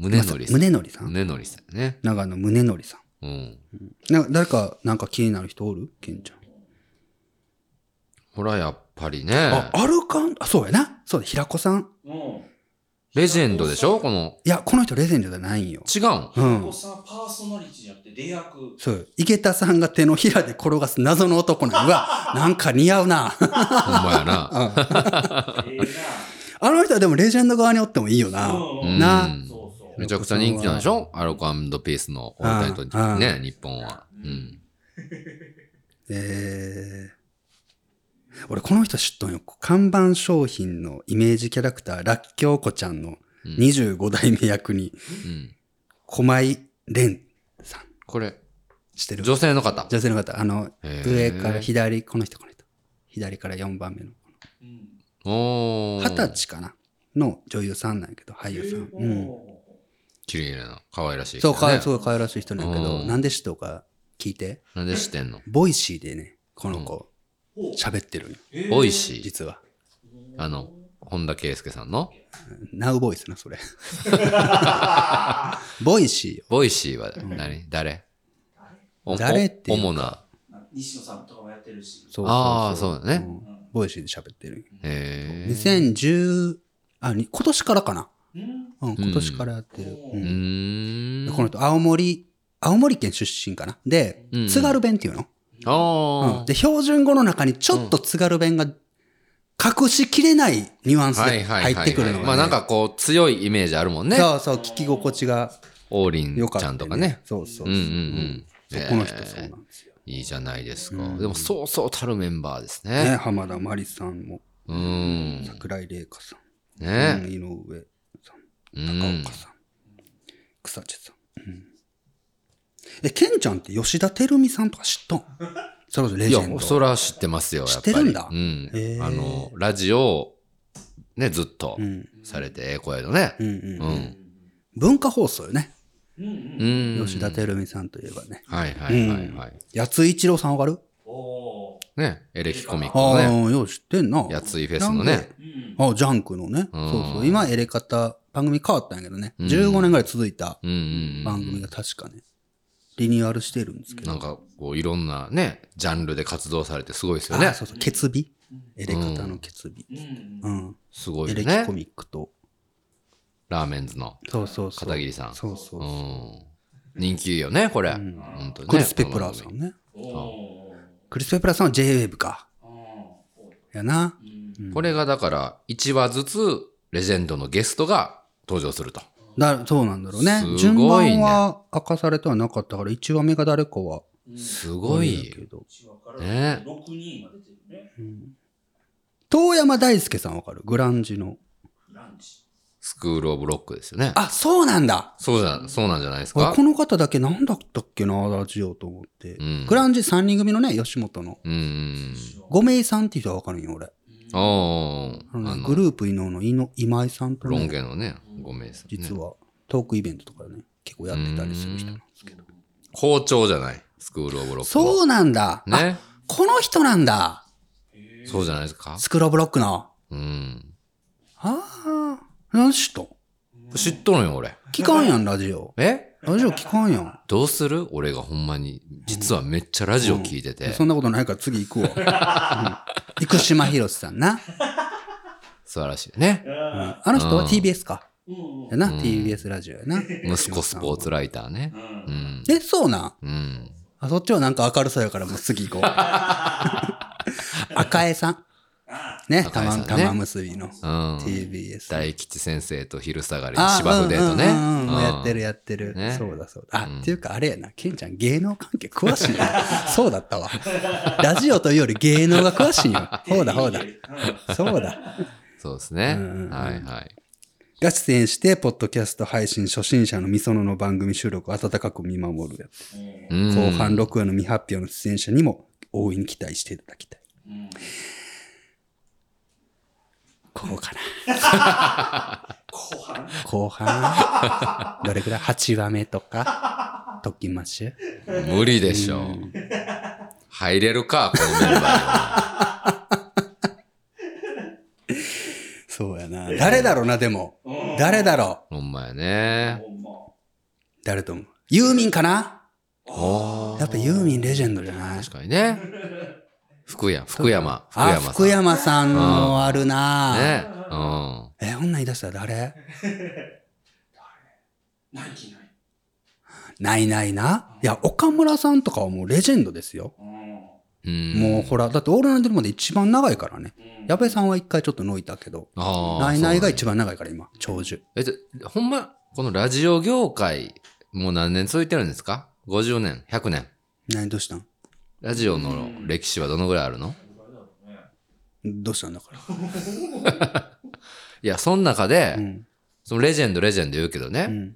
Speaker 2: 宗則さん。
Speaker 1: 宗則さん。
Speaker 2: 宗則さんね。
Speaker 1: 長野宗則さん。
Speaker 2: うん。
Speaker 1: な誰か、なんか気になる人おるケンちゃん。
Speaker 2: ほら、やっぱり
Speaker 1: あ
Speaker 2: ね、。
Speaker 1: アルカン、あ、そうやな。そうだ、平子さん。
Speaker 3: うん。
Speaker 2: レジェンドでしょこの、
Speaker 1: いや、この人レジェンドじゃないんよ。
Speaker 2: 違うん。
Speaker 1: うん
Speaker 3: お子さんパーソナリティじゃなくて、レ役。
Speaker 1: そうよ。池田さんが手のひらで転がす謎の男の、うわ、 なんか似合うな。
Speaker 2: ほんまやな。
Speaker 3: ええ
Speaker 1: あの人はでもレジェンド側におってもいいよな。
Speaker 3: な。う。
Speaker 2: うん ん
Speaker 1: な
Speaker 3: そうそう。
Speaker 2: めちゃくちゃ人気なんでしょアルコピースのオールナイト
Speaker 1: ああ
Speaker 2: にね、日本は。うん。
Speaker 1: えー、俺この人知っとんよ。看板商品のイメージキャラクター、らっきょうこちゃんの25代目役に、
Speaker 2: うん。
Speaker 1: 狛井蓮さん
Speaker 2: これ、
Speaker 1: してる。
Speaker 2: 女性の方。
Speaker 1: 女性の方、あの、
Speaker 2: へー
Speaker 1: 上から左、この人、この人。左から4番目の。
Speaker 3: うん。
Speaker 2: おー。
Speaker 1: 二十。歳かなの女優さんなんやけど、俳優さん。うん。
Speaker 2: 綺麗な、可愛らしい人
Speaker 1: そ
Speaker 2: ね。
Speaker 1: う、かわい、すごい可愛らしい人なんやけど、
Speaker 2: うん
Speaker 1: なんで知っとうか聞いて。
Speaker 2: なんで知ってんの
Speaker 1: ボイシーでね、この子、
Speaker 3: うんお
Speaker 1: 喋ってるんよ
Speaker 2: ボイシ
Speaker 1: 実は。
Speaker 2: ー。あの、本田圭佑さんの
Speaker 1: ナウボイスな、それ。ボイシーよ。
Speaker 2: ボイシーは何誰お
Speaker 1: 誰っていうか
Speaker 2: お主な。
Speaker 3: 西野さんとかもやってる
Speaker 1: そう
Speaker 3: し。
Speaker 1: そうそう
Speaker 2: ああ、そうだね。
Speaker 1: んボイシーで喋ってるんよ。
Speaker 2: へえ。
Speaker 1: 2010、あ、に今年からかな。
Speaker 3: うん。
Speaker 1: うん、今年からやってる。うん
Speaker 2: うーん。
Speaker 1: この人、青森、青森県出身かな。で
Speaker 2: うんう、ん
Speaker 1: 津軽弁っていうの、
Speaker 2: ああ、
Speaker 1: うんで、標準語の中にちょっと津軽弁が隠しきれないニュアンス
Speaker 2: はい
Speaker 1: で
Speaker 2: はいは
Speaker 1: 入
Speaker 2: い、
Speaker 1: っ
Speaker 2: は
Speaker 1: て
Speaker 2: い
Speaker 1: くるのが、ね
Speaker 2: まあなんかこう強いイメージあるもんね。
Speaker 1: そうそう、聞き心地が
Speaker 2: 王林
Speaker 1: 良かった、
Speaker 2: ちゃんとかね。
Speaker 1: そうそうそう。
Speaker 2: うんうんうん
Speaker 1: そう
Speaker 2: ね
Speaker 1: この人そうなんですよ。
Speaker 2: いいじゃないですか。でもそうそうたるメンバーです
Speaker 1: ね、
Speaker 2: ね。
Speaker 1: 浜田真理さんも、
Speaker 2: うーん。
Speaker 1: 桜井玲香さん、
Speaker 2: ね
Speaker 1: うん井上さん、
Speaker 2: うん
Speaker 1: 高岡。さん、草地さん。うん、え、ケンちゃんって吉田照美さんとか知っと んそれこそレ
Speaker 2: い
Speaker 1: ジェン
Speaker 2: や、そ
Speaker 1: ド。
Speaker 2: れは知ってますよ。やっぱり
Speaker 1: 知ってるんだ
Speaker 2: うん
Speaker 1: へ。ー
Speaker 2: あの、ラジオをね、ずっと
Speaker 1: ん
Speaker 2: されて、ええ声のね
Speaker 1: う。んうん
Speaker 2: う、ん。
Speaker 1: 文化放送よね。
Speaker 3: うんうん。
Speaker 2: うん。
Speaker 1: 吉田照美さんといえばね。
Speaker 2: はいはいはいはい。
Speaker 1: 八津一郎さんわかる
Speaker 3: おー
Speaker 2: ね、エレキコミック
Speaker 1: あ
Speaker 2: の
Speaker 1: あ
Speaker 2: ね、
Speaker 1: ー、よう知ってんな。
Speaker 2: やついフェスのね。
Speaker 3: うん。
Speaker 1: あ、ジャンクのね。
Speaker 2: ん
Speaker 1: そうそう。今、エレカタ、番組変わったんやけどね。15年ぐらい続いた
Speaker 2: うんうんうん。
Speaker 1: 番組が確かね。リニューアルしてるんですけど。
Speaker 2: なんか、こう、いろんなね、ジャンルで活動されてすごいですよ
Speaker 1: あ、
Speaker 2: ね。
Speaker 1: そうそう、決日。エレカタの決日。
Speaker 3: うんうん
Speaker 1: う
Speaker 3: うん
Speaker 1: ん。
Speaker 2: すごい
Speaker 1: エ
Speaker 2: よ
Speaker 1: レ
Speaker 2: ね
Speaker 1: キコ。ミックと。
Speaker 2: ラーメンズの
Speaker 1: そうそうそう。
Speaker 2: 片桐さん。
Speaker 1: そうそう
Speaker 2: う
Speaker 1: そ
Speaker 2: ん。人気よね、これ。
Speaker 1: ん
Speaker 2: 本当
Speaker 1: う。
Speaker 2: にね
Speaker 1: クリス・ペプラーさ
Speaker 2: この番
Speaker 1: んね。
Speaker 3: おー
Speaker 1: クリス・ペプラーさんは JWAVE か。
Speaker 3: あー
Speaker 1: やな。
Speaker 3: うん
Speaker 1: うん
Speaker 2: 組これがだから、1話ずつ、レジェンドのゲストが登場すると。
Speaker 1: だそうなんだろうね
Speaker 2: すごいね
Speaker 1: 順番は明かされてはなかったから、1話目が誰かは。
Speaker 3: うん
Speaker 2: すご
Speaker 1: あれだけ
Speaker 2: い。
Speaker 1: ど。
Speaker 3: 一話から
Speaker 2: ね
Speaker 3: 6人が出てるね。
Speaker 1: うん遠山大輔さんわかるグランジの。
Speaker 3: ランチ。
Speaker 2: スクールオブロックですよね。
Speaker 1: あ、そうなんだ
Speaker 2: そうじゃ、そうなんじゃないです
Speaker 1: 俺
Speaker 2: か
Speaker 1: こ。の方だけなんだったっけな、ラジオと思って。
Speaker 2: うん
Speaker 1: グランジ3人組のね、吉本の。
Speaker 2: うーん。
Speaker 1: 五名さんっていう人はわかるんよ、俺。
Speaker 2: あー
Speaker 1: あの
Speaker 2: あ
Speaker 1: ね
Speaker 2: の、
Speaker 1: グループ伊能の井の今井さんと
Speaker 2: ロン
Speaker 1: ね、
Speaker 2: 毛のね、ごめんなさいね。
Speaker 1: 実はトークイベントとかね、結構やってたりする人なんですけど。
Speaker 2: 校長じゃない。スクールオブロック。
Speaker 1: そうなんだ、あ、
Speaker 2: ね。
Speaker 1: この人なんだ
Speaker 2: そうじゃないですか。
Speaker 1: スクロブロックの。
Speaker 2: うん。
Speaker 1: ああ、何しと
Speaker 2: 知っとるんよ、俺。
Speaker 1: 聞かんやん、ラジオ。
Speaker 2: え
Speaker 1: ラジオ聞かんやん。
Speaker 2: どうする俺がほんまに、実はめっちゃラジオ聞いてて、
Speaker 1: そんなことないから次行くわ。うん、生島博さんな、
Speaker 2: 素晴らしいね。
Speaker 1: うん
Speaker 3: あ
Speaker 1: あの人は
Speaker 2: うん
Speaker 1: TBS か。
Speaker 3: ーうん
Speaker 1: やな、
Speaker 2: うん
Speaker 1: TBS ラジオやな。
Speaker 2: 息子スポーツライターね
Speaker 3: う。
Speaker 2: うんん。
Speaker 1: え、そうなん
Speaker 2: うん。
Speaker 1: あ、そっちはなんか明るそうやからもう次 行こう。赤江さん。ね、
Speaker 2: 赤江さ
Speaker 1: 玉
Speaker 2: んね
Speaker 1: 玉結びの
Speaker 2: うん。
Speaker 1: TBS。
Speaker 2: 大吉先生と昼下がりで
Speaker 1: あ
Speaker 2: 芝生デートね。
Speaker 1: うんうんうんうん
Speaker 2: うん
Speaker 1: やってるやってる。
Speaker 2: ね
Speaker 1: そうだそうだ。あ、
Speaker 2: うん
Speaker 1: っていうかあれやな、ケンちゃん芸能関係詳しいな。そうだったわ。ラジオというより芸能が詳しいんよ。ほうだほうだ
Speaker 3: う。ん
Speaker 1: そうだ。
Speaker 2: そうですね
Speaker 1: うんうんう。ん
Speaker 2: はいはい。
Speaker 1: が出演して、ポッドキャスト配信初心者のみそのの番組収録を温かく見守るやつ。
Speaker 3: う
Speaker 2: うん
Speaker 1: 後半6話の未発表の出演者にも大いに期待していただきたい。
Speaker 3: ん
Speaker 1: こうかな。
Speaker 3: 後半
Speaker 1: 後半どれくらい ?8 話目とかときましゅ
Speaker 2: 無理でしょう。入れるか、このメンバーは。
Speaker 1: そうやな。誰だろうな、でも。誰だろ
Speaker 2: ほんまやね。
Speaker 3: ほんま
Speaker 1: う誰と思うユーミンかな
Speaker 2: お
Speaker 1: やっぱユーミンレジェンドじゃない
Speaker 2: 確かにね。福山、福山、福
Speaker 1: あ、
Speaker 2: 山さん。
Speaker 1: 福山さんのあるな、
Speaker 2: ね。うん。
Speaker 1: え、ほんなん言い出したら誰
Speaker 3: ナイキない
Speaker 1: ないないな。いや、岡村さんとかはもうレジェンドですよ。
Speaker 3: うん
Speaker 2: うん
Speaker 1: もうほら、だってオールナイトまで一番長いからね。
Speaker 3: うん
Speaker 1: 矢部さんは一回ちょっとノイたけど、
Speaker 2: あー
Speaker 1: ないないが一
Speaker 2: そう
Speaker 1: 番長いから今、長寿。
Speaker 2: なんだえっと、ほんま、このラジオ業界、もう何年続いてるんですか ?50 年、100年。
Speaker 1: 何どうしたん
Speaker 2: ラジオの歴史はどのぐらいあるの
Speaker 1: どうしたんだから。
Speaker 2: いや、その中で、
Speaker 1: うん。
Speaker 2: そのレジェンド、レジェンド言うけどね、
Speaker 1: うん。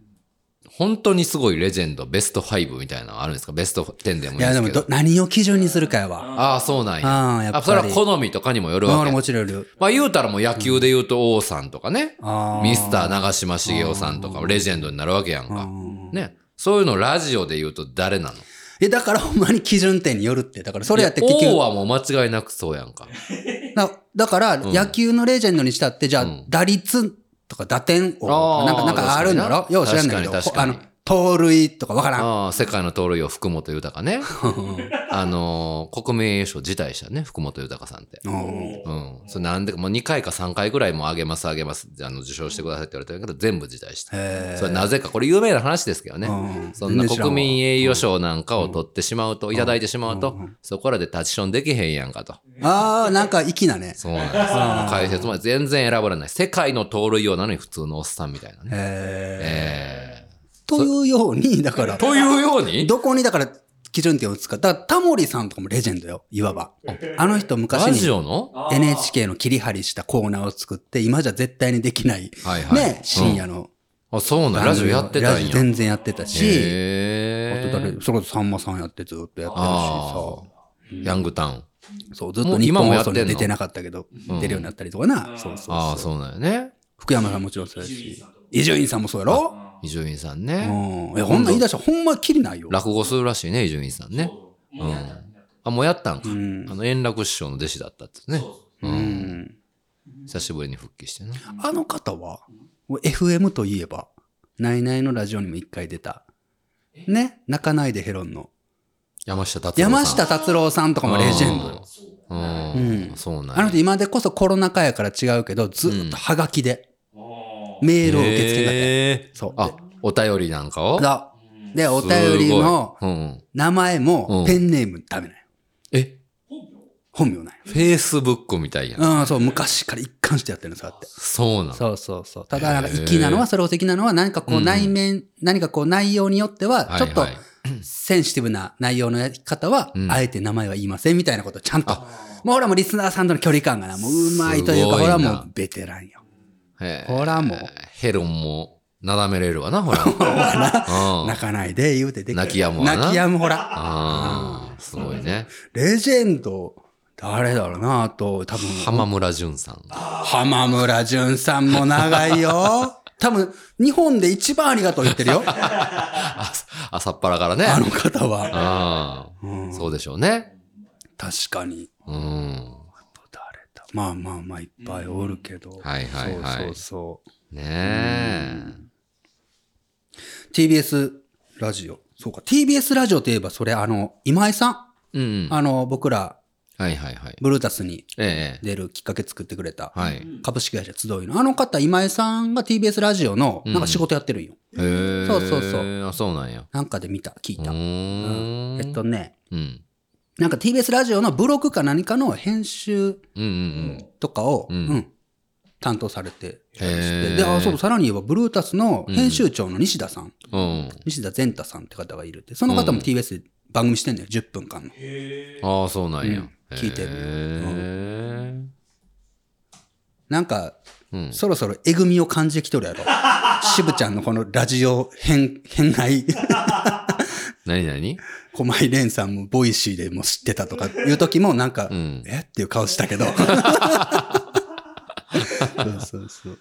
Speaker 2: 本当にすごいレジェンド、ベスト5みたいなのあるんですかベスト10でもいい
Speaker 1: い
Speaker 2: で
Speaker 1: や、ですも
Speaker 2: けど。
Speaker 1: ど、何を基準にするかやわ。
Speaker 2: ああ、そうなんや。
Speaker 1: ああやっぱり
Speaker 2: あそれは好みとかにもよる
Speaker 1: あ
Speaker 2: わ
Speaker 1: 俺
Speaker 2: け。
Speaker 1: もちろんいる。
Speaker 2: まあ言うたらもう野球で言うと王さんとかね、
Speaker 1: あ
Speaker 2: ミスター
Speaker 1: な。
Speaker 2: 長嶋茂雄さんとかレジェンドになるわけやんか。
Speaker 1: うん
Speaker 2: ね。そういうのラジオで言うと誰なの
Speaker 1: え、だからほんまに基準点によるって。だからそれやって結
Speaker 2: いや王
Speaker 1: 局。
Speaker 2: はもう間違いなくそうやんか。
Speaker 1: なだから野球のレジェンドにしたって、じゃあ
Speaker 2: うん
Speaker 1: 打率とか打点
Speaker 2: あ
Speaker 1: 王
Speaker 2: ー
Speaker 1: なんか、なんかあるんだろ
Speaker 2: 確かにな
Speaker 1: よう知らんだけど。
Speaker 2: 確
Speaker 1: ほ
Speaker 2: か
Speaker 1: あ
Speaker 2: に
Speaker 1: の
Speaker 2: 確かに、
Speaker 1: 盗塁とかわからん。
Speaker 2: ああ、世界の盗塁王福本 豊ね。あのー国民栄誉賞辞退したね、福本豊さんって。
Speaker 1: うん
Speaker 2: うん。それなんでか、もう2回か3回ぐらいもうあげますあげます、あの、受賞してくださいって言われてるけど、全部辞退した。
Speaker 1: へー
Speaker 2: それなぜか、これ有名な話ですけどね。
Speaker 1: うん
Speaker 2: そんな
Speaker 1: 全然知らんわ
Speaker 2: 国民栄誉賞なんかを取ってしまうと、いただいてしまうと、そこらでタッチションできへんやんかと。
Speaker 1: ああ、なんか粋なね。
Speaker 2: そうなんですよ。解説も全然選ばれない。世界の盗塁王なのに普通のおっさんみたいなね。
Speaker 1: え
Speaker 2: え
Speaker 1: ー、というように、だから
Speaker 2: ー、というように
Speaker 1: どこにだから基準点を使う。だからタモリさんとかもレジェンドよ、いわば。あの人昔
Speaker 2: ラジ
Speaker 1: に
Speaker 2: オの
Speaker 3: あー
Speaker 1: NHK の切り張りしたコーナーを作って、今じゃ絶対にできない、
Speaker 2: はいはい
Speaker 1: ね、深夜の
Speaker 2: あ、そうなん、ラ
Speaker 1: 番
Speaker 2: ジオ
Speaker 1: 組を。
Speaker 2: やってた
Speaker 1: ラ
Speaker 2: ん
Speaker 1: ジオ
Speaker 2: や。
Speaker 1: 全然やってたし、あ
Speaker 2: へ
Speaker 1: と誰、それこそさんまさんやってずっとやってるし
Speaker 2: あ
Speaker 1: さ。
Speaker 2: ーヤングタウン。
Speaker 1: そう、ずっ
Speaker 2: も
Speaker 1: と
Speaker 2: う
Speaker 1: 日
Speaker 2: 今
Speaker 1: 本
Speaker 2: もや
Speaker 1: 放
Speaker 2: って
Speaker 1: 送
Speaker 2: ん
Speaker 1: に
Speaker 2: の
Speaker 1: 出てなかったけど、
Speaker 2: うん
Speaker 1: 出るようになったりとかな。
Speaker 3: うん
Speaker 1: そうそう
Speaker 2: ああ、
Speaker 1: そう。
Speaker 2: そうなんよね。
Speaker 1: 福山さんもちろんそうや
Speaker 3: 伊集院
Speaker 1: し
Speaker 3: さん
Speaker 1: 伊集院さんも
Speaker 3: とか。
Speaker 1: そうやろ
Speaker 2: 伊
Speaker 3: う
Speaker 2: 集院さん
Speaker 1: う
Speaker 2: ね。
Speaker 1: ん。え、ほんま言い出したらほんまきりないよ。
Speaker 2: 落語するらしいね、伊集院さん
Speaker 3: ん
Speaker 2: ね。
Speaker 3: そうもうやったやった
Speaker 2: あ、もうやったんか。
Speaker 1: うん
Speaker 2: あの、円楽師匠の弟子だったってね
Speaker 3: そ。うそう
Speaker 1: う
Speaker 2: うん
Speaker 1: ん。
Speaker 2: 久しぶりに復帰してな。
Speaker 1: あの方は、もう FM といえば、ナイナイのラジオにも一回出た、ね、泣かないでヘロンの。
Speaker 2: 山下達郎さん。
Speaker 1: 山下達郎さんとかもレジェンドよ。
Speaker 3: そう
Speaker 2: う
Speaker 3: あ
Speaker 1: う
Speaker 2: ん。そうなんや
Speaker 1: あの人今でこそコロナ禍やから違うけど、ずっとハガキで
Speaker 3: ー
Speaker 1: メールを受け付けたり。
Speaker 2: へー
Speaker 1: そう。
Speaker 2: あ、お便りなんかを
Speaker 1: でだ
Speaker 3: うん
Speaker 1: で、お便りの
Speaker 2: すごいうん。
Speaker 1: 名前
Speaker 2: う
Speaker 1: も
Speaker 2: ん
Speaker 1: ペンネームダメなんよ。
Speaker 2: え、
Speaker 3: 本名
Speaker 1: 本名なんよ。
Speaker 2: フェイスブックみたいやん。
Speaker 1: うん、そう、昔から一貫してやってるの、そうやって。
Speaker 2: そうなの。
Speaker 1: そうそうそう。ただ、なんか、粋なのは、それを粋なのは、何かこう、内面、何かこう、内容によっては、
Speaker 2: はい
Speaker 1: ちょ
Speaker 2: は
Speaker 1: っ
Speaker 2: い
Speaker 1: と、センシティブな内容のやり方は
Speaker 2: う、ん
Speaker 1: あえて名前は言いません、みたいなことをちゃんと。も
Speaker 3: あ
Speaker 1: う、ほら、もうリスナーさんとの距離感がな、もう、うまいというか、ほ
Speaker 2: すごいな
Speaker 1: ら、もう、ベテランよ。
Speaker 2: へー
Speaker 1: ほらもう。
Speaker 2: ヘロンも、なだめれるわな、ほ ら。うん
Speaker 1: 泣かないで、言うてできる
Speaker 2: 泣き止むわな
Speaker 1: 泣き止む、ほら。
Speaker 2: ああ、すごいね。
Speaker 1: レジェンド、誰だろうな、あと、多分。
Speaker 2: 浜村淳さん。
Speaker 1: 浜村淳さんも長い よ。多分、日本で一番ありがとう言って るよ。
Speaker 2: あ朝っぱらからね。
Speaker 1: あの方は。
Speaker 2: あ
Speaker 1: うん
Speaker 2: あ、そうでしょうね。
Speaker 1: 確かに。
Speaker 2: うん。
Speaker 1: 誰だまあまあまあ、いっぱいおるけど。
Speaker 2: はいはいは
Speaker 1: そう
Speaker 2: い
Speaker 1: そうそ
Speaker 2: ねえ。
Speaker 1: う。TBS ラジオ。そうか。TBS ラジオといえば、それ、あの、今井さん。
Speaker 2: うん。は
Speaker 1: あの、僕ら、
Speaker 2: いはいはい。
Speaker 1: ブルータスに
Speaker 2: ええ。
Speaker 1: 出るきっかけ作ってくれた。
Speaker 2: はい。
Speaker 1: 株式会社集いの。あの方、今井さんが TBS ラジオの、なんか仕事やってるんよ。
Speaker 2: へえ。
Speaker 1: そうそうそう。
Speaker 2: あ、そうなんや。
Speaker 1: なんかで見た、聞いうた。
Speaker 2: ーん。
Speaker 1: えっとね、
Speaker 2: うん。
Speaker 1: なんか TBS ラジオのブログか何かの編集
Speaker 2: うんうん
Speaker 1: とかを、う
Speaker 2: うんん
Speaker 1: 担当されてらし
Speaker 2: へ
Speaker 1: て
Speaker 2: ー
Speaker 1: であそうさらに言えばブルータスの編集長の西田さん、
Speaker 2: うん。うん。
Speaker 1: 西田善太さんって方がいるってその方も
Speaker 2: うん
Speaker 1: TBS で番組してんだよ10分間の
Speaker 3: へー
Speaker 2: ああ、そうなんや
Speaker 1: うん。聞いてるよ
Speaker 2: へえ。
Speaker 1: なんか
Speaker 2: うん。
Speaker 1: そろそろえぐみを感じてきとるや ろ渋ちゃんのこのラジオ変変愛
Speaker 2: なになに
Speaker 1: 駒井蓮さんもボイシーでも知ってたとかいう時もなんか、
Speaker 2: うん。
Speaker 1: えっていう顔したけど そうそうそう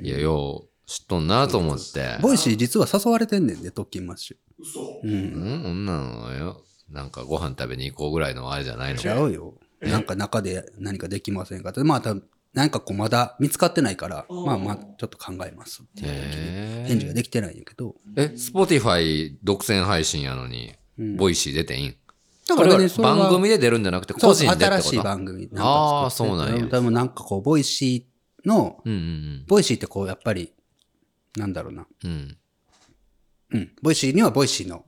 Speaker 2: いや、よう、知っとんなと思って。
Speaker 1: ボイシー実は誘われてんねんで、特勤マッシ
Speaker 3: 嘘
Speaker 1: ュ。うん。
Speaker 2: うん、女のよ。なんかご飯食べに行こうぐらいのあれじゃないの
Speaker 1: ちゃうよ。なんか中で何かできませんかって。まあ、たなんかこう、まだ見つかってないから、
Speaker 3: うん
Speaker 1: まあまあ、ちょっと考えますっていう時に
Speaker 2: へえ
Speaker 1: 返事ができてないんやけど。
Speaker 2: え、Spotify 独占配信やのに、
Speaker 1: うん
Speaker 2: ボイシー出ていいん
Speaker 1: だ
Speaker 2: これは
Speaker 1: それは
Speaker 2: 番組で出るんじゃなくて、
Speaker 1: そ
Speaker 2: 個
Speaker 1: う
Speaker 2: 人でってこと
Speaker 1: 新しい番組なんか作って
Speaker 2: あーそうなんや
Speaker 1: 多分なんかこう、ボイシーの、
Speaker 2: うんうん
Speaker 1: ボイシーってこう、やっぱり、なんだろうな。
Speaker 2: うん。う
Speaker 1: う
Speaker 2: ん。
Speaker 1: ん。ボイシーにはボイシーの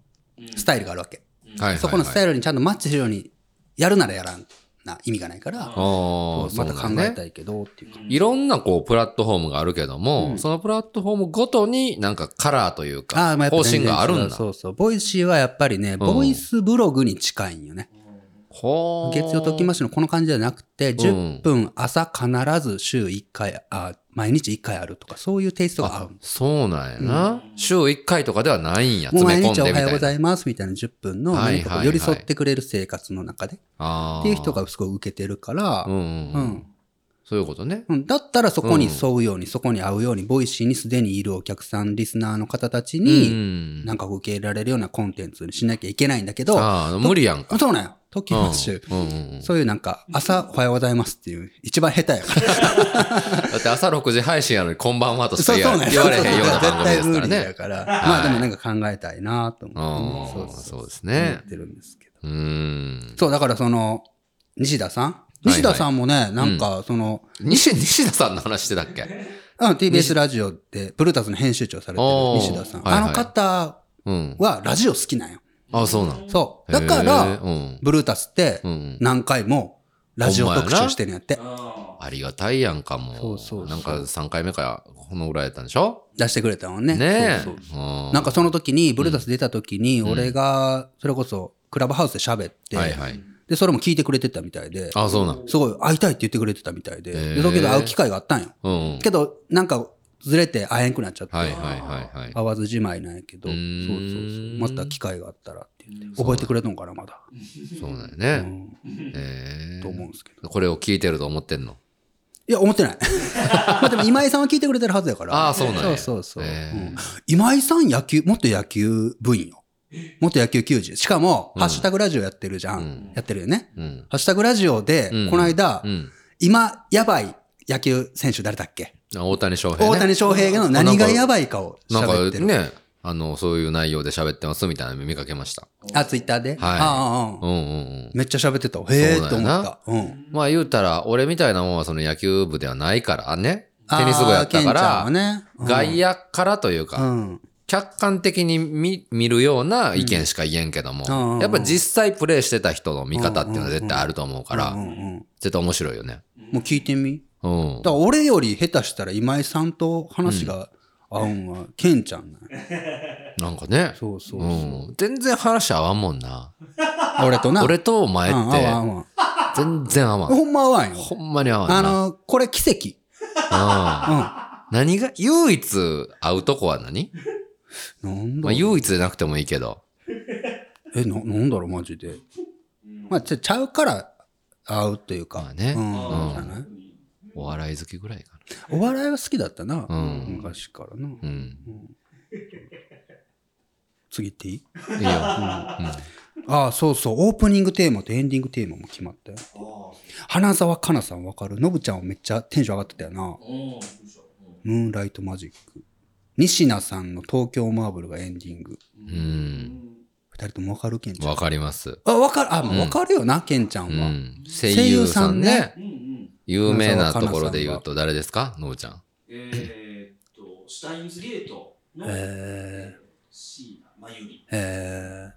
Speaker 1: スタイルがあるわけ。
Speaker 2: はいはい、はい。
Speaker 1: そこのスタイルにちゃんとマッチするように、やるならやらんな意味がないから、
Speaker 2: あー
Speaker 1: また考
Speaker 2: そうなんや
Speaker 1: え
Speaker 2: ね
Speaker 1: たいけどっていうか。
Speaker 2: いろんなこうプラットフォームがあるけども、そのプラットフォームごとになんかカラーという
Speaker 1: あ
Speaker 2: か
Speaker 1: あ、まあ、やっぱ
Speaker 2: 方
Speaker 1: 全然
Speaker 2: 針があるん
Speaker 1: 違う
Speaker 2: だ。
Speaker 1: そうそう。ボイシーはやっぱりね、ボイスブログに近いんよね。
Speaker 2: ほー
Speaker 1: 月曜ときましのこの感じじゃなくて、10分朝必ず週1回、あ毎日1回あるとか、そういうテイストが合
Speaker 2: あ
Speaker 1: う。、
Speaker 2: そうなんやな。週1回とかではないんや。
Speaker 1: もう
Speaker 2: 詰
Speaker 1: 毎
Speaker 2: め込ん
Speaker 1: 日
Speaker 2: で
Speaker 1: お
Speaker 2: み
Speaker 1: は
Speaker 2: たい
Speaker 1: よ
Speaker 2: な。
Speaker 1: うございますみたいな10分の
Speaker 2: はいはい
Speaker 1: 何かこう寄り添ってくれる生活の中で
Speaker 2: あー
Speaker 1: っていう人がすごい受けてるから
Speaker 2: うん、うん
Speaker 1: う
Speaker 2: うん
Speaker 1: ん。
Speaker 2: そういうことね。
Speaker 1: うんだったらそこに
Speaker 2: うん
Speaker 1: 沿うように、そこに合うように、ボイシーにすでにいるお客さん、リスナーの方たち
Speaker 2: う
Speaker 1: に、
Speaker 2: ん
Speaker 1: なんかこう受け入れられるようなコンテンツにしなきゃいけないんだけど、
Speaker 2: ああ、無理やんか。
Speaker 1: そうなんよ。トキマッシュ。
Speaker 2: うんうんうん
Speaker 1: そういうなんか、朝おはようございますっていう、一番下手やから。
Speaker 2: だって朝6時配信やのに、こんばんはとし
Speaker 1: そ
Speaker 2: か
Speaker 1: う
Speaker 2: 言
Speaker 1: そう
Speaker 2: わ
Speaker 1: ね。
Speaker 2: 言われへんような
Speaker 1: 絶
Speaker 2: 番組で
Speaker 1: 対
Speaker 2: す
Speaker 1: 無
Speaker 2: から
Speaker 1: 理や
Speaker 2: ね。
Speaker 1: から。まあでもなんか考えたいなと思って
Speaker 2: う
Speaker 1: ね、
Speaker 2: ん
Speaker 1: そう
Speaker 2: そう
Speaker 1: そう。
Speaker 2: ですね
Speaker 1: 思ってるんですけど。
Speaker 2: うーん。
Speaker 1: そう、だからその、西田さん
Speaker 2: いはい
Speaker 1: 西田さんもね、なんかその、
Speaker 2: 西西田さんの話してたっけ
Speaker 1: あ TBS ラジオで、ブルータスの編集長されてる
Speaker 2: おー
Speaker 1: 西田さん。
Speaker 2: はいはい
Speaker 1: あの方
Speaker 2: うん。
Speaker 1: はラジオ好きなんよ。
Speaker 2: あ、そうなん。
Speaker 1: そう。だか
Speaker 2: へえ
Speaker 1: ら、
Speaker 2: うん。
Speaker 1: ブルータスって
Speaker 2: うんうん
Speaker 1: 何回もラジオ特集してるんやって。
Speaker 3: あ
Speaker 2: ありがたいやんかも。
Speaker 1: そうそうそう
Speaker 2: なんか3回目か、このぐらいやったんでしょ
Speaker 1: 出してくれたもんね。
Speaker 2: ねえ。
Speaker 1: そうそう
Speaker 2: うん
Speaker 1: なんかその時に、ブルータス出た時に、俺が、それこそ、クラブハウスで喋って、
Speaker 2: はいはい。
Speaker 1: で、それも聞いてくれてたみたいで、
Speaker 2: あ、そうなん。
Speaker 1: すごい会いたいって言ってくれてたみたいで、
Speaker 2: へえ
Speaker 1: で、だけど会う機会があったんよ。
Speaker 2: うんうん。
Speaker 1: けど、なんか、ずれて会えんくなっちゃって、
Speaker 2: はいはいはいはい。
Speaker 1: 会わずじまいなんやけど、
Speaker 2: う
Speaker 1: そう
Speaker 2: ーん
Speaker 1: そうそう。また機会があったらって言って、覚えてくれたのかな、まだ。
Speaker 2: そうなんよ
Speaker 1: う
Speaker 2: ね。
Speaker 1: ん
Speaker 2: え
Speaker 1: と思うんですけど。
Speaker 2: これを聞いてると思ってんの。
Speaker 1: いや、思ってない。 まあでも今井さんは聞いてくれてるはずやから。
Speaker 2: あーそうなんや
Speaker 1: そうそうそう。
Speaker 2: へー
Speaker 1: うん今井さん野球、元野球部員よ。元野球球児。しかも、ハッシュタグラジオやってるじゃん。
Speaker 2: うん
Speaker 1: やってるよね。
Speaker 2: うん。
Speaker 1: ハッシュタグラジオで、
Speaker 2: うん
Speaker 1: この間、
Speaker 2: うん。
Speaker 1: 今、やばい野球選手誰だっけ、
Speaker 2: あ大谷翔平ね。
Speaker 1: 大谷翔平の何がやばいかを
Speaker 2: なん
Speaker 1: 喋っ
Speaker 2: か
Speaker 1: てる。
Speaker 2: ね、あの、そういう内容で喋ってますみたいなの見かけました。
Speaker 1: あ、ツイッターで、ああ
Speaker 2: うんうんうん。
Speaker 1: めっちゃ喋ってた。へえ
Speaker 2: そ
Speaker 1: と
Speaker 2: うだよ
Speaker 1: 思
Speaker 2: な
Speaker 1: った。うん。
Speaker 2: まあ言うたら、俺みたいなもんはその野球部ではないからね。テニス部やったか
Speaker 1: あー
Speaker 2: ら
Speaker 1: ケン、ちゃんはね、うん
Speaker 2: 外野からというか、
Speaker 1: うん。
Speaker 2: 客観的に見見るような意見しか言えんけど
Speaker 1: うんうん
Speaker 2: も、やっぱ実際プレイしてた人の見方っていうのは絶対あると思うか
Speaker 1: う
Speaker 2: ら、
Speaker 1: んうん
Speaker 2: 絶対面白いよね。
Speaker 1: うんもう聞いてみ。
Speaker 2: うん
Speaker 1: だか。ら俺より下手したら今井さんと話が合うんは、ケンちゃんなんや
Speaker 2: なんかね。
Speaker 1: そうそうそう。
Speaker 2: うん。全然話合わんもんな。
Speaker 1: 俺とな。
Speaker 2: 俺とお前っ
Speaker 1: うん合わん合
Speaker 2: て、
Speaker 1: わん
Speaker 2: 全然合わん。
Speaker 1: ほんま合わんよ。
Speaker 2: ほんまに合わ
Speaker 1: あ
Speaker 2: んな。
Speaker 1: の、これ奇跡。
Speaker 2: うん
Speaker 1: う
Speaker 2: 何が、唯一会うとこは何
Speaker 1: ん。なんだ
Speaker 2: ま
Speaker 1: ろ
Speaker 2: あ
Speaker 1: う
Speaker 2: 唯一でなくてもいいけど。
Speaker 1: え、な、なんだろう、マジで。
Speaker 3: うん
Speaker 1: まあ、ちゃちゃうから合うというか。
Speaker 2: まあね
Speaker 1: うん。
Speaker 3: あー
Speaker 1: じゃない
Speaker 2: お笑い好きぐらいか
Speaker 1: お笑いは好きだったな。
Speaker 2: うん
Speaker 1: 昔からな。
Speaker 2: な。うん。
Speaker 1: 次行っていい
Speaker 2: いいよ。うん
Speaker 1: ああ、そうそう。オープニングテーマとエンディングテーマも決まったよ。
Speaker 3: あー
Speaker 1: 花澤香菜さんわかるのぶちゃんはめっちゃテンション上がってたよな。
Speaker 3: おーどうしたうん
Speaker 1: ムーンライトマジック。西名さんの東京マーブルがエンディング。
Speaker 2: ん
Speaker 1: 二人ともわかるけんちゃん。
Speaker 2: わかります。
Speaker 1: あ、わかる、あ、まあ
Speaker 2: うん
Speaker 1: わかるよな、ケンちゃん
Speaker 2: う
Speaker 1: は。
Speaker 2: ん。声優さん
Speaker 1: 声優さん
Speaker 2: ね。
Speaker 3: うんうん
Speaker 2: 有名なところで言うと誰ですかのぶちゃん。
Speaker 3: えーっと、シュタインズゲートの
Speaker 1: えー、
Speaker 3: 椎名真由美。
Speaker 1: え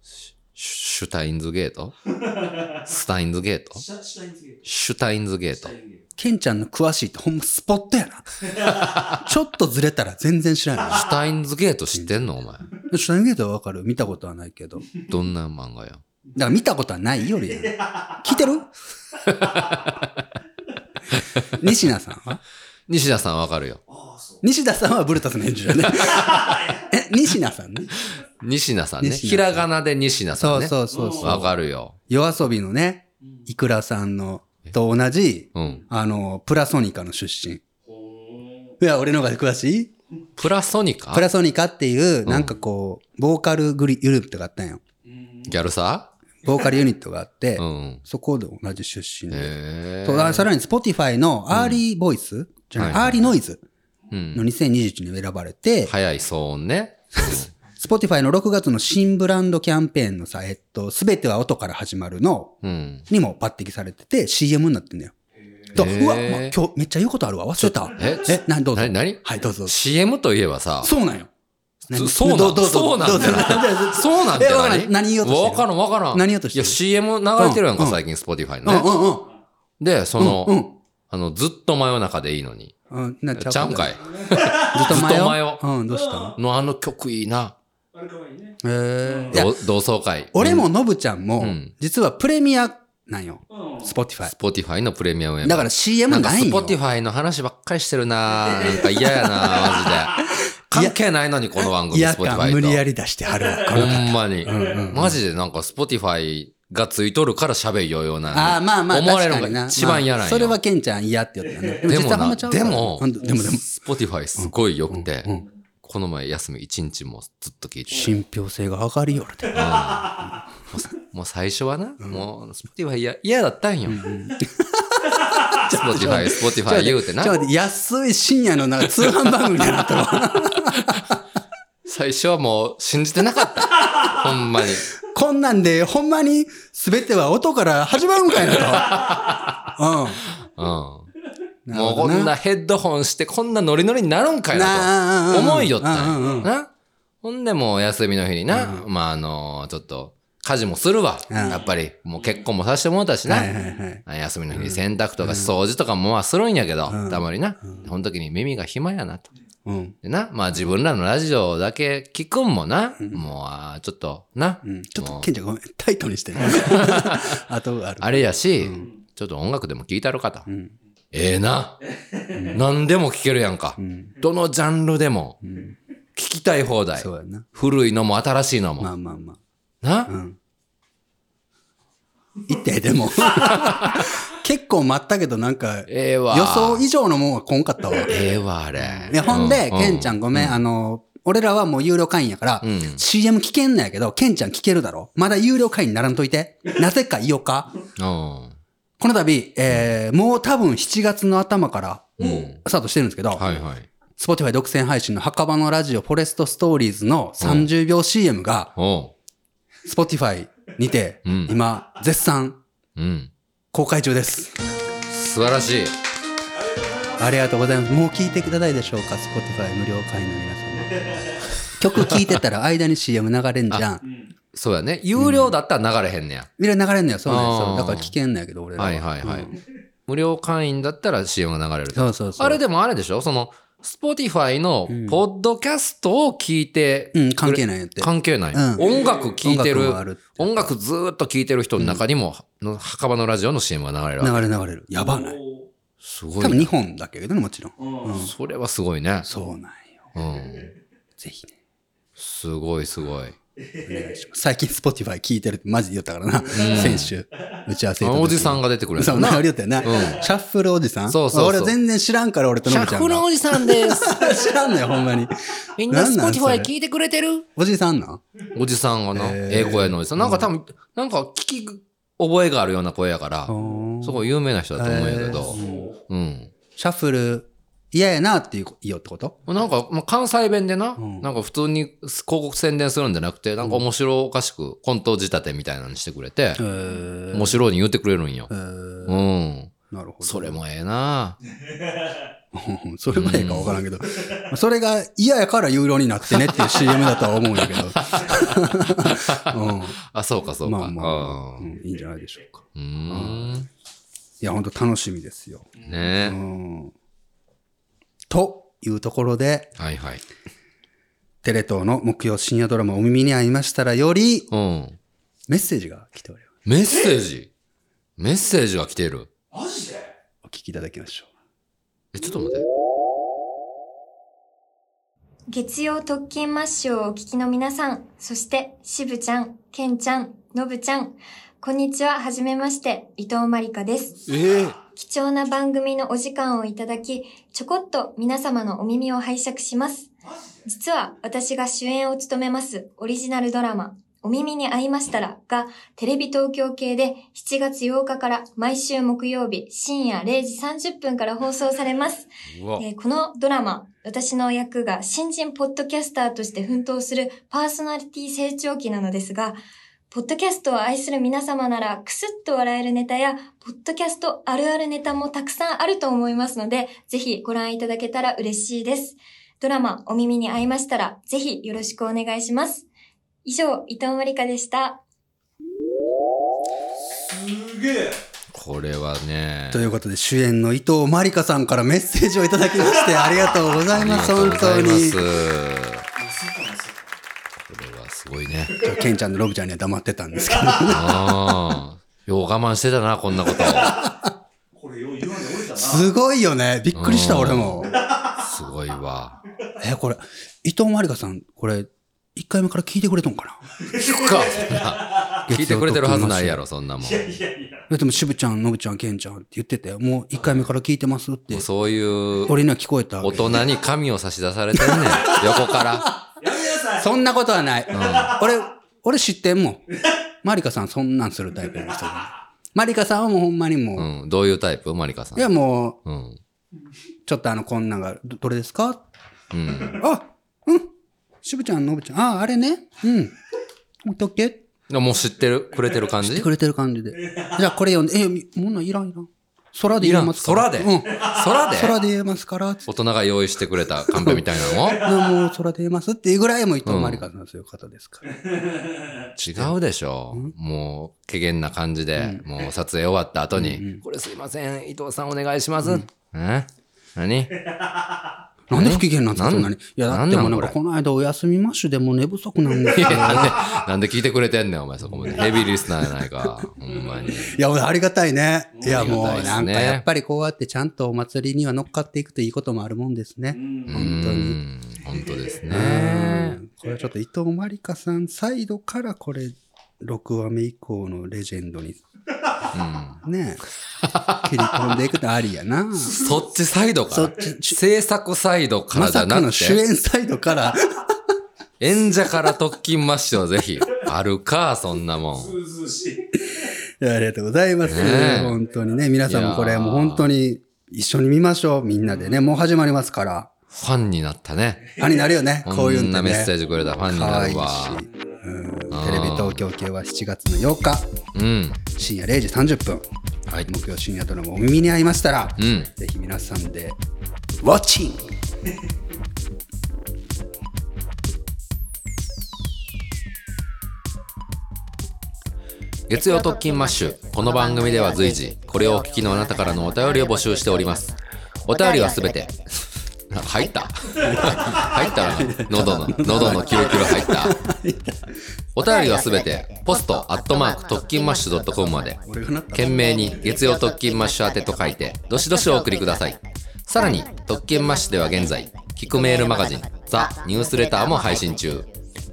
Speaker 2: シュシュタインズゲートスタインズゲート
Speaker 3: シュタシュタインズゲート。
Speaker 2: シュタインズゲー
Speaker 3: シュ
Speaker 2: ト
Speaker 3: タイ。ンズゲー
Speaker 1: ー、
Speaker 3: ト
Speaker 1: ケンちゃんの詳しいってほんまスポットやな。 ちょっとずれたら全然知らない。
Speaker 2: シュタインズゲート知ってんのお前。
Speaker 1: シュタインゲートはわかる見たことはないけど。だか
Speaker 2: どんな漫画や。
Speaker 1: ら見たことはないよりやな聞い てる西田さんは
Speaker 2: 西田さんわかるよ。
Speaker 3: ああ、そう。
Speaker 1: 西田さんはブルタスの演じ だね。え、西田さんね。
Speaker 2: 西田さんね。
Speaker 1: 西田さん
Speaker 2: ひらがなで西田さ
Speaker 1: そ
Speaker 2: ん
Speaker 1: う
Speaker 2: ね。
Speaker 1: そうそうそう。
Speaker 2: わかるよ。
Speaker 1: 夜遊びのね、
Speaker 3: うん
Speaker 1: いくらさんのと同じ、
Speaker 2: うん。
Speaker 1: あの、プラソニカの出身。
Speaker 3: ほ
Speaker 1: いや、俺の方が詳しい
Speaker 2: プラソニカ
Speaker 1: プラソニカっていう、
Speaker 2: ん
Speaker 1: なんかこう、ボーカルグリユニットがあったんよ。
Speaker 3: ーうん
Speaker 2: ギャルさ
Speaker 1: ボーカルユニットがあって、
Speaker 2: うん。
Speaker 1: そこで同じ出身で。
Speaker 2: へえ。
Speaker 1: とあさらに Spotify のアーリーボイス、じゃない、アーリーノイズ
Speaker 2: う
Speaker 1: の
Speaker 2: ん。
Speaker 1: 2021に選ばれて、
Speaker 2: 早い騒音ね。
Speaker 1: Spotify の6月の新ブランドキャンペーンのさ、えっと、すべては音から始まるの
Speaker 2: うん。
Speaker 1: にも抜擢されてて CM になってんだよ。と
Speaker 2: へー
Speaker 1: うわ、ま今日めっちゃ言うことあるわ。忘れた。
Speaker 2: え
Speaker 1: え、な、どうぞ。
Speaker 2: な、なに
Speaker 1: はい、どうぞ。
Speaker 2: ?CM といえばさ、
Speaker 1: そうなんよ。何
Speaker 2: そうなん
Speaker 1: どどうぞ
Speaker 2: そうなんだ
Speaker 1: ど
Speaker 2: よ
Speaker 1: うぞどうぞどうぞ
Speaker 2: そうなんて
Speaker 1: えわからん何言おうとしてる
Speaker 2: わからんわからん。
Speaker 1: 何言おうとしてる
Speaker 2: いや、CM 流れてるやん
Speaker 1: う
Speaker 2: か、
Speaker 1: ん
Speaker 2: 最近 Spotify
Speaker 1: うんう
Speaker 2: のね。
Speaker 1: んうん。
Speaker 2: で、そ
Speaker 1: うんう
Speaker 2: の、
Speaker 1: ん
Speaker 2: あの、ずっと真夜中でいいのに。
Speaker 1: うん、な
Speaker 2: ちゃうんかい。
Speaker 1: ずっと前
Speaker 2: ずっ
Speaker 1: よ
Speaker 2: と前よ
Speaker 1: うん、どうした
Speaker 2: のあの曲いいな。
Speaker 3: あれかわいいね。
Speaker 1: へえいや
Speaker 2: 同同窓会。
Speaker 1: 俺もノブちゃんも
Speaker 2: うん、
Speaker 1: 実はプレミアなんよ。
Speaker 3: うん。
Speaker 1: スポティファ
Speaker 2: Spotify のプレミアムや
Speaker 1: イ。だから CM
Speaker 2: なんか
Speaker 1: ないんよ。
Speaker 2: Spotify の話ばっかりしてるななんか嫌やなマジで。関係ないのに、この番
Speaker 1: い
Speaker 2: 組、
Speaker 1: やか、無理や
Speaker 2: Spotify
Speaker 1: り出してはるわ。
Speaker 2: と。
Speaker 1: こ
Speaker 2: ほ
Speaker 1: の方
Speaker 2: んまに
Speaker 1: んう。ん
Speaker 2: マジでなんか Spotify がついとるから喋りようような。
Speaker 1: ああ、まあまあ、
Speaker 2: 思われ
Speaker 1: 確か
Speaker 2: るのが
Speaker 1: にな。
Speaker 2: 一番嫌なんよ
Speaker 1: まあそれはケンちゃん嫌って言ったね。でも
Speaker 2: で
Speaker 1: 実は
Speaker 2: も
Speaker 1: ほん
Speaker 2: な、
Speaker 1: まちゃうか
Speaker 2: で
Speaker 1: ら
Speaker 2: も
Speaker 1: ほんと、でもでも、
Speaker 2: Spotify すごい良くて
Speaker 1: うんうん、
Speaker 2: この前休み一日もずっと聞いてて
Speaker 1: 信憑性が上がりよるで。
Speaker 2: もう最初はな、もう Spotify 嫌嫌だったんよ。Spotify、Spotify 言うてな
Speaker 1: ちょっ。と待って、安い深夜のなんか通販番組みたいになった わ。
Speaker 2: 最初はもう信じてなか った。ほんまに。
Speaker 1: こんなんで、ほんまに全ては音から始まるんかい なと。う
Speaker 2: う。
Speaker 1: んん。
Speaker 2: もうこんな
Speaker 1: な
Speaker 2: ヘッドホンしてこんなノリノリになるんかいな
Speaker 1: な
Speaker 2: と。思いよっ
Speaker 1: う
Speaker 2: た
Speaker 1: ん
Speaker 2: ん
Speaker 1: う
Speaker 2: よ
Speaker 1: んうん
Speaker 2: な。ほんでもう休みの日にな、まああの、ちょっと家事もするわ。
Speaker 1: うん
Speaker 2: やっぱり、もう結婚もさせてもらったしな。
Speaker 1: はいはいはい。
Speaker 2: 休みの日に洗濯とか掃除とかもまあするんやけど、
Speaker 1: うん
Speaker 2: たまにな。ほん時に耳が暇やなと。
Speaker 1: うん。
Speaker 2: でな、まあ自分らのラジオだけ聞くんもな、もうあーちょっとな、
Speaker 1: うんちょっ
Speaker 2: も
Speaker 1: と、
Speaker 2: う
Speaker 1: ケンちゃんごめん、タイトにして ね。あとがある。
Speaker 2: あれやし、ちょっと音楽でも聞いたろかと。
Speaker 1: ん
Speaker 2: ええな。何でも聞けるやんか。どのジャンルでも、聞きたい放題。
Speaker 1: そうやな。
Speaker 2: 古いのも新しいのも。
Speaker 1: まあまあまあ。
Speaker 2: な、
Speaker 1: うん。いって、でも。 結構待ったけど、なんか、
Speaker 2: ええわ。
Speaker 1: 予想以上のもんはこんかったわ。
Speaker 2: ええわ、あれ。
Speaker 1: いや、ほんで、
Speaker 2: う
Speaker 1: ケンちゃんごめん、あの、俺らはもう有料会員やから、CM 聞けんのやけど、ケンちゃん聞けるだろまだ有料会員にならんといて。なぜか言おうか。
Speaker 2: うん。
Speaker 1: この度、えー、もう多分7月の頭から、
Speaker 2: うん。
Speaker 1: スタートしてるんですけど、
Speaker 2: はいはい。
Speaker 1: Spotify 独占配信の墓場のラジオフォレストストーリーズの30秒 CM が、
Speaker 2: お
Speaker 1: Spotify にて、
Speaker 2: う。うん。
Speaker 1: 今、絶賛
Speaker 2: うん。
Speaker 1: 公開中です。
Speaker 2: 素晴らしい。
Speaker 1: ありがとうございます。もう聞いていただいたでしょうか ?Spotify 無料会員の皆様。曲聞いてたら間に CM 流れんじゃん
Speaker 3: う。ん。
Speaker 2: そうやね。有料だったら流れへんねや。
Speaker 1: いや流れんのよ、そうなんです
Speaker 2: あ
Speaker 1: よ。
Speaker 2: ー
Speaker 1: だから聞けんのやけど、俺ら
Speaker 2: はいはいはい
Speaker 1: うん
Speaker 2: 無料会員だったら CM が流れると。
Speaker 1: そうそうそう。
Speaker 2: あれでもあれでしょその、Spotify の
Speaker 1: うん、
Speaker 2: ポッドキャストを聞いて、
Speaker 1: うん、関係ないんやって。
Speaker 2: 関係ない。
Speaker 1: うん
Speaker 2: 音楽聞いて
Speaker 1: 音
Speaker 2: る
Speaker 1: 楽もあるって
Speaker 2: 音楽ずーっと聴いてる人の中にも、の墓場のラジオの CM が流れるわけ
Speaker 1: 流れ流れる。やばない。
Speaker 3: お
Speaker 2: すご
Speaker 1: 多
Speaker 2: い
Speaker 1: 分
Speaker 2: ね、
Speaker 1: 日本だけどね、もちろん。
Speaker 3: ーうん。
Speaker 2: それはすごいね。
Speaker 1: そうなんよ。
Speaker 2: うん。
Speaker 1: ぜひね。
Speaker 2: すごいす
Speaker 1: お
Speaker 2: ごい。
Speaker 1: 願いします。最近 Spotify 聞いてるってマジで言ったからな。先週。打ち合わせ
Speaker 2: あ
Speaker 1: 行った時
Speaker 2: の
Speaker 1: に。
Speaker 2: おじさんが出てくるやつ
Speaker 1: そう、
Speaker 2: な
Speaker 1: なりよったよな。
Speaker 2: う
Speaker 1: シャッフルおじさん
Speaker 2: そうそうそう
Speaker 1: 俺全然知らんから、俺とのぶちゃんが。
Speaker 2: じさ んです。
Speaker 1: 知らんのよ、ほんまに。
Speaker 2: み
Speaker 1: なんなんそれ
Speaker 2: いてくれてる
Speaker 1: おじさんなん
Speaker 2: おじさんがな、
Speaker 1: へー
Speaker 2: ええ声のおじさん。なんか多分、なんか聞き覚えがあるような声やから、す
Speaker 1: そ
Speaker 2: ごい有名な人だと思うんやけど
Speaker 1: へ、
Speaker 3: そう
Speaker 2: うん。
Speaker 1: シャッフル嫌やなっていういいよってこと
Speaker 2: なんか、まあ、関西弁でな、
Speaker 1: ん
Speaker 2: なんか普通に広告宣伝するんじゃなくて、なんか面白おかしくコント仕立てみたいなのにしてくれて、
Speaker 1: ー
Speaker 2: 面白いに言ってくれるんよ。うん。
Speaker 1: なるほど。
Speaker 2: それ。もええな
Speaker 1: それまでかわからんけど。それが嫌やから有料になってねっていう CM だとは思うんやけど。、
Speaker 2: あ、そうかそううんか。
Speaker 1: まあまあ、う
Speaker 2: う
Speaker 1: んんいいんじゃないでしょうか。
Speaker 2: うーん。
Speaker 1: いや、ほんと楽しみですよ。う
Speaker 2: ね
Speaker 1: ん。というところで、
Speaker 2: え。はいはい。
Speaker 1: テレ東の木曜深夜ドラマお耳に合いましたらより、
Speaker 2: うん。
Speaker 1: メッセージが来ております。
Speaker 2: メッセージメッセージが来てる。
Speaker 3: マジで
Speaker 1: お聞きいただきましょ
Speaker 2: え、ちょっと待って。
Speaker 4: 月曜特勤マッシュをお聞きの皆さん、そして、しぶちゃん、けんちゃん、のぶちゃん、こんにちは、はじめまして、伊藤まりかです。
Speaker 2: ええ
Speaker 4: 貴重な番組のお時間をいただき、ちょこっと皆様のお耳を拝借します。
Speaker 3: マジで
Speaker 4: 実は私が主演を務めますオリジナルドラマ、お耳に合いましたらがテレビ東京系で7月8日から毎週木曜日深夜0時30分から放送されます。
Speaker 2: うわ。
Speaker 4: えーこのドラマ、私の役が新人ポッドキャスターとして奮闘するパーソナリティ成長期なのですが、ポッドキャストを愛する皆様なら、クスッと笑えるネタや、ポッドキャストあるあるネタもたくさんあると思いますので、ぜひご覧いただけたら嬉しいです。ドラマ、お耳に合いましたら、ぜひよろしくお願いします。以上、伊藤まりかでした。
Speaker 3: すげえ
Speaker 2: これはね
Speaker 1: う。ということで、主演の伊藤まりかさんからメッセージをいただきまして、ありがとうございます、本当
Speaker 2: あり
Speaker 1: に
Speaker 2: がとう。ございます
Speaker 3: まさかまさか。
Speaker 2: これはすごいね。
Speaker 1: ケンちゃんとロブちゃんには黙ってたんですけど。
Speaker 2: ああ。よう我慢してたな、こんなこと。
Speaker 3: これよう言わんで折れたな。
Speaker 1: すごいよね。びっくりした、
Speaker 2: うん
Speaker 1: 俺も。
Speaker 2: すごいわ。
Speaker 1: え、これ、伊藤まりかさん、これ、1回目から聞いてくれとんかな
Speaker 2: 聞くか、そんな。聞いてくれてるはずないやろ、そんなもん。
Speaker 3: いやいやいや。
Speaker 1: えでも、しぶちゃん、のぶちゃん、ケンちゃんって言ってたよ。もう1回目から聞いてますって
Speaker 2: もう。そういう
Speaker 1: 俺には聞こえたわ
Speaker 2: 大
Speaker 1: け。
Speaker 2: 人に神を差し出されてんねん。横から。
Speaker 3: やめなさい
Speaker 1: そんなことはない。俺、俺知ってんもん。まりかさん、そんなんするタイプの人だ。まりかさんはもうほんまにもう、
Speaker 2: うん。どういうタイプマリカさん。
Speaker 1: いやもう、
Speaker 2: うん。
Speaker 1: ちょっとあの、こんなんが、どどれですか
Speaker 2: うん。
Speaker 1: あ、うん。しぶちゃん、のぶちゃん。あ、あれね。うん。置いとけ。って
Speaker 2: もう知ってる、くれてる感じ
Speaker 1: くれてる感じで。じゃあ、これ読んで。え、もんなんいらんいらん。空で言えますから。
Speaker 2: いらん
Speaker 1: うん。
Speaker 2: 空で
Speaker 1: 空で言えますから。つって
Speaker 2: 大人が用意してくれたカンペみたいな
Speaker 1: あもう空で言えますっていうぐらいも伊藤まりかさんそういう方ですから。
Speaker 2: の違うでしょ。もう、怪げな感じで、もう撮影終わった後に、これすいません、伊藤さんお願いします。え何
Speaker 1: なんで不機嫌なんですか
Speaker 2: な
Speaker 1: そ
Speaker 2: ん
Speaker 1: んなに。いや、だってもうなん
Speaker 2: なんなんこ
Speaker 1: か
Speaker 2: れ
Speaker 1: この間お休みマッシュでもう寝不足なんですよ。
Speaker 2: なんで、なんで聞いてくれてんねん、お前そこまで。ヘビーリスナーやないか。ほんまに。
Speaker 1: いや、俺ありがたいね。いや、もう
Speaker 2: ありが
Speaker 1: な
Speaker 2: たい
Speaker 1: ん
Speaker 2: で
Speaker 1: か
Speaker 2: すね
Speaker 1: やっぱりこうやってちゃんとお祭りには乗っかっていくといいこともあるもんですね
Speaker 3: う。ん。
Speaker 1: 本当に。
Speaker 2: 当に。本当です
Speaker 1: ね
Speaker 2: ね。
Speaker 1: これはちょっと伊藤まりかさんサイドからこれ6話目以降のレジェンドに
Speaker 2: うん。
Speaker 1: ね切り込んでいくとありやな。
Speaker 2: そっちサイドか
Speaker 1: そ
Speaker 2: ら
Speaker 1: っち。
Speaker 2: 制作サイドか
Speaker 1: ま
Speaker 2: らじゃ
Speaker 1: さ
Speaker 2: な
Speaker 1: かの
Speaker 2: く
Speaker 1: 主
Speaker 2: て、
Speaker 1: 演サイドから、
Speaker 2: 演者から特勤マッシュは ぜひ。あるか、そんなもん。
Speaker 3: ずうずうしい。
Speaker 1: いやありがとうございます。
Speaker 2: ねえ
Speaker 1: 本当にね、皆さんもこ
Speaker 2: い
Speaker 1: れ
Speaker 2: やー
Speaker 1: もう本当に一緒に見ましょう。みんなでね、もう始まりますから。
Speaker 2: ファンになったね。
Speaker 1: ファンになるよね。こういう
Speaker 2: こ
Speaker 1: の
Speaker 2: んな
Speaker 1: って
Speaker 2: メ
Speaker 1: ね
Speaker 2: ッセージくれたらファンに
Speaker 1: 可
Speaker 2: な
Speaker 1: 愛いし
Speaker 2: るわ。。
Speaker 1: うん
Speaker 2: ん
Speaker 1: テレビ東京系は7月の8日、
Speaker 2: うん。
Speaker 1: 深夜0時30分。
Speaker 2: はい。
Speaker 1: 木曜深夜ドラマお耳に合いましたら、
Speaker 2: うん。
Speaker 1: ぜひ皆さんで、ウォッチング
Speaker 2: 月曜特勤マッシュ。この番組では随時、これをお聞きのあなたからのお便りを募集しております。お便りはすべて。入った 入ったな喉の、喉のキュルキュル入った。お便りはすべて、ポストアットマーク特勤マッシュ .com まで。
Speaker 1: 俺がなった
Speaker 2: 懸命に月曜特勤マッシュ宛てと書いて、どしどしお送りください。さらに、特勤マッシュでは現在、聞くメールマガジン、ザ・ニュースレターも配信中。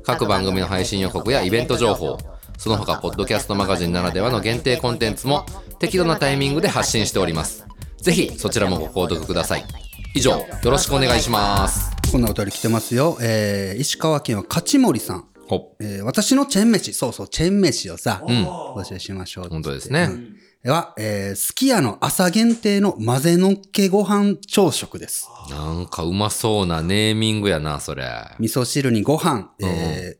Speaker 2: 各番組の配信予告やイベント情報、その他、ポッドキャストマガジンならではの限定コンテンツも適度なタイミングで発信しております。ぜひ、そちらもご購読ください。以上、よろしくお願いします。
Speaker 1: こんなお便り来てますよ。えー石川県は勝森さん。
Speaker 2: ほ、
Speaker 1: えー私のチェーン飯、そうそう、チェーン飯をさ、募集しましょう。
Speaker 2: 本当ですね。
Speaker 1: では、えー、すき家の朝限定の混ぜのっけご飯朝食です。
Speaker 2: なんかうまそうなネーミングやな、それ。
Speaker 1: 味噌汁にご飯、え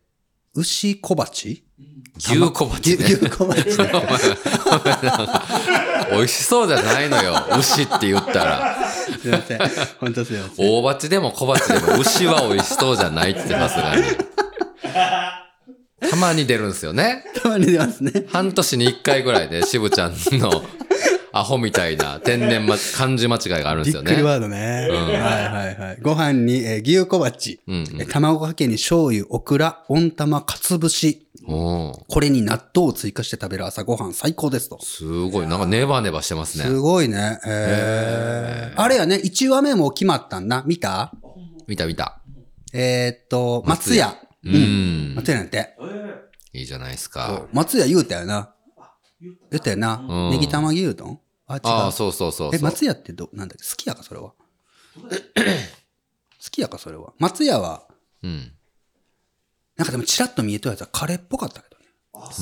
Speaker 1: ー、牛小鉢
Speaker 2: 牛小
Speaker 1: 牛
Speaker 2: 鉢ね。
Speaker 1: 牛小鉢ね
Speaker 2: 美味しそうじゃないのよ。牛って言ったら。
Speaker 1: すいません。 本当すいません。
Speaker 2: 大鉢でも小鉢でも牛は美味しそうじゃないってさすがに。たまに出るんですよね。
Speaker 1: たまに出ますね。
Speaker 2: 半年に一回ぐらいで渋ちゃんのアホみたいな天然、ま、漢字間違いがあるんで
Speaker 1: びっ
Speaker 2: すよ
Speaker 1: くり
Speaker 2: ね。
Speaker 1: ワードね。はいはいはい。ご飯に、えー牛小鉢、
Speaker 2: うんうん
Speaker 1: えー卵かけに醤油、オクラ、温玉、かつぶし。
Speaker 2: おー
Speaker 1: これに納豆を追加して食べる朝ご飯最高ですと。
Speaker 2: すごい。なんかネバネバしてます
Speaker 1: す
Speaker 2: ね。
Speaker 1: ごいね。えーあれやね、1話目も決まったんな。見た
Speaker 2: 見た見た。
Speaker 1: えーっと、松
Speaker 2: 松屋
Speaker 1: 屋。
Speaker 2: う
Speaker 1: うん
Speaker 2: ん。
Speaker 1: 松屋なんて。
Speaker 3: えー
Speaker 2: いいじゃないですか。
Speaker 1: 松屋言うたよな。
Speaker 3: 言った
Speaker 1: 言ったよな。
Speaker 2: うん
Speaker 1: ネギ玉牛丼あ、違う。
Speaker 2: ああ、そうそうそう
Speaker 1: え、
Speaker 2: そう。
Speaker 1: 松屋ってど、なんだっけ好きやか、それ は。好きやか、それは。松屋は、
Speaker 2: うん。
Speaker 1: なんかでもチラッと見えたやつはカレーっぽかったけどね。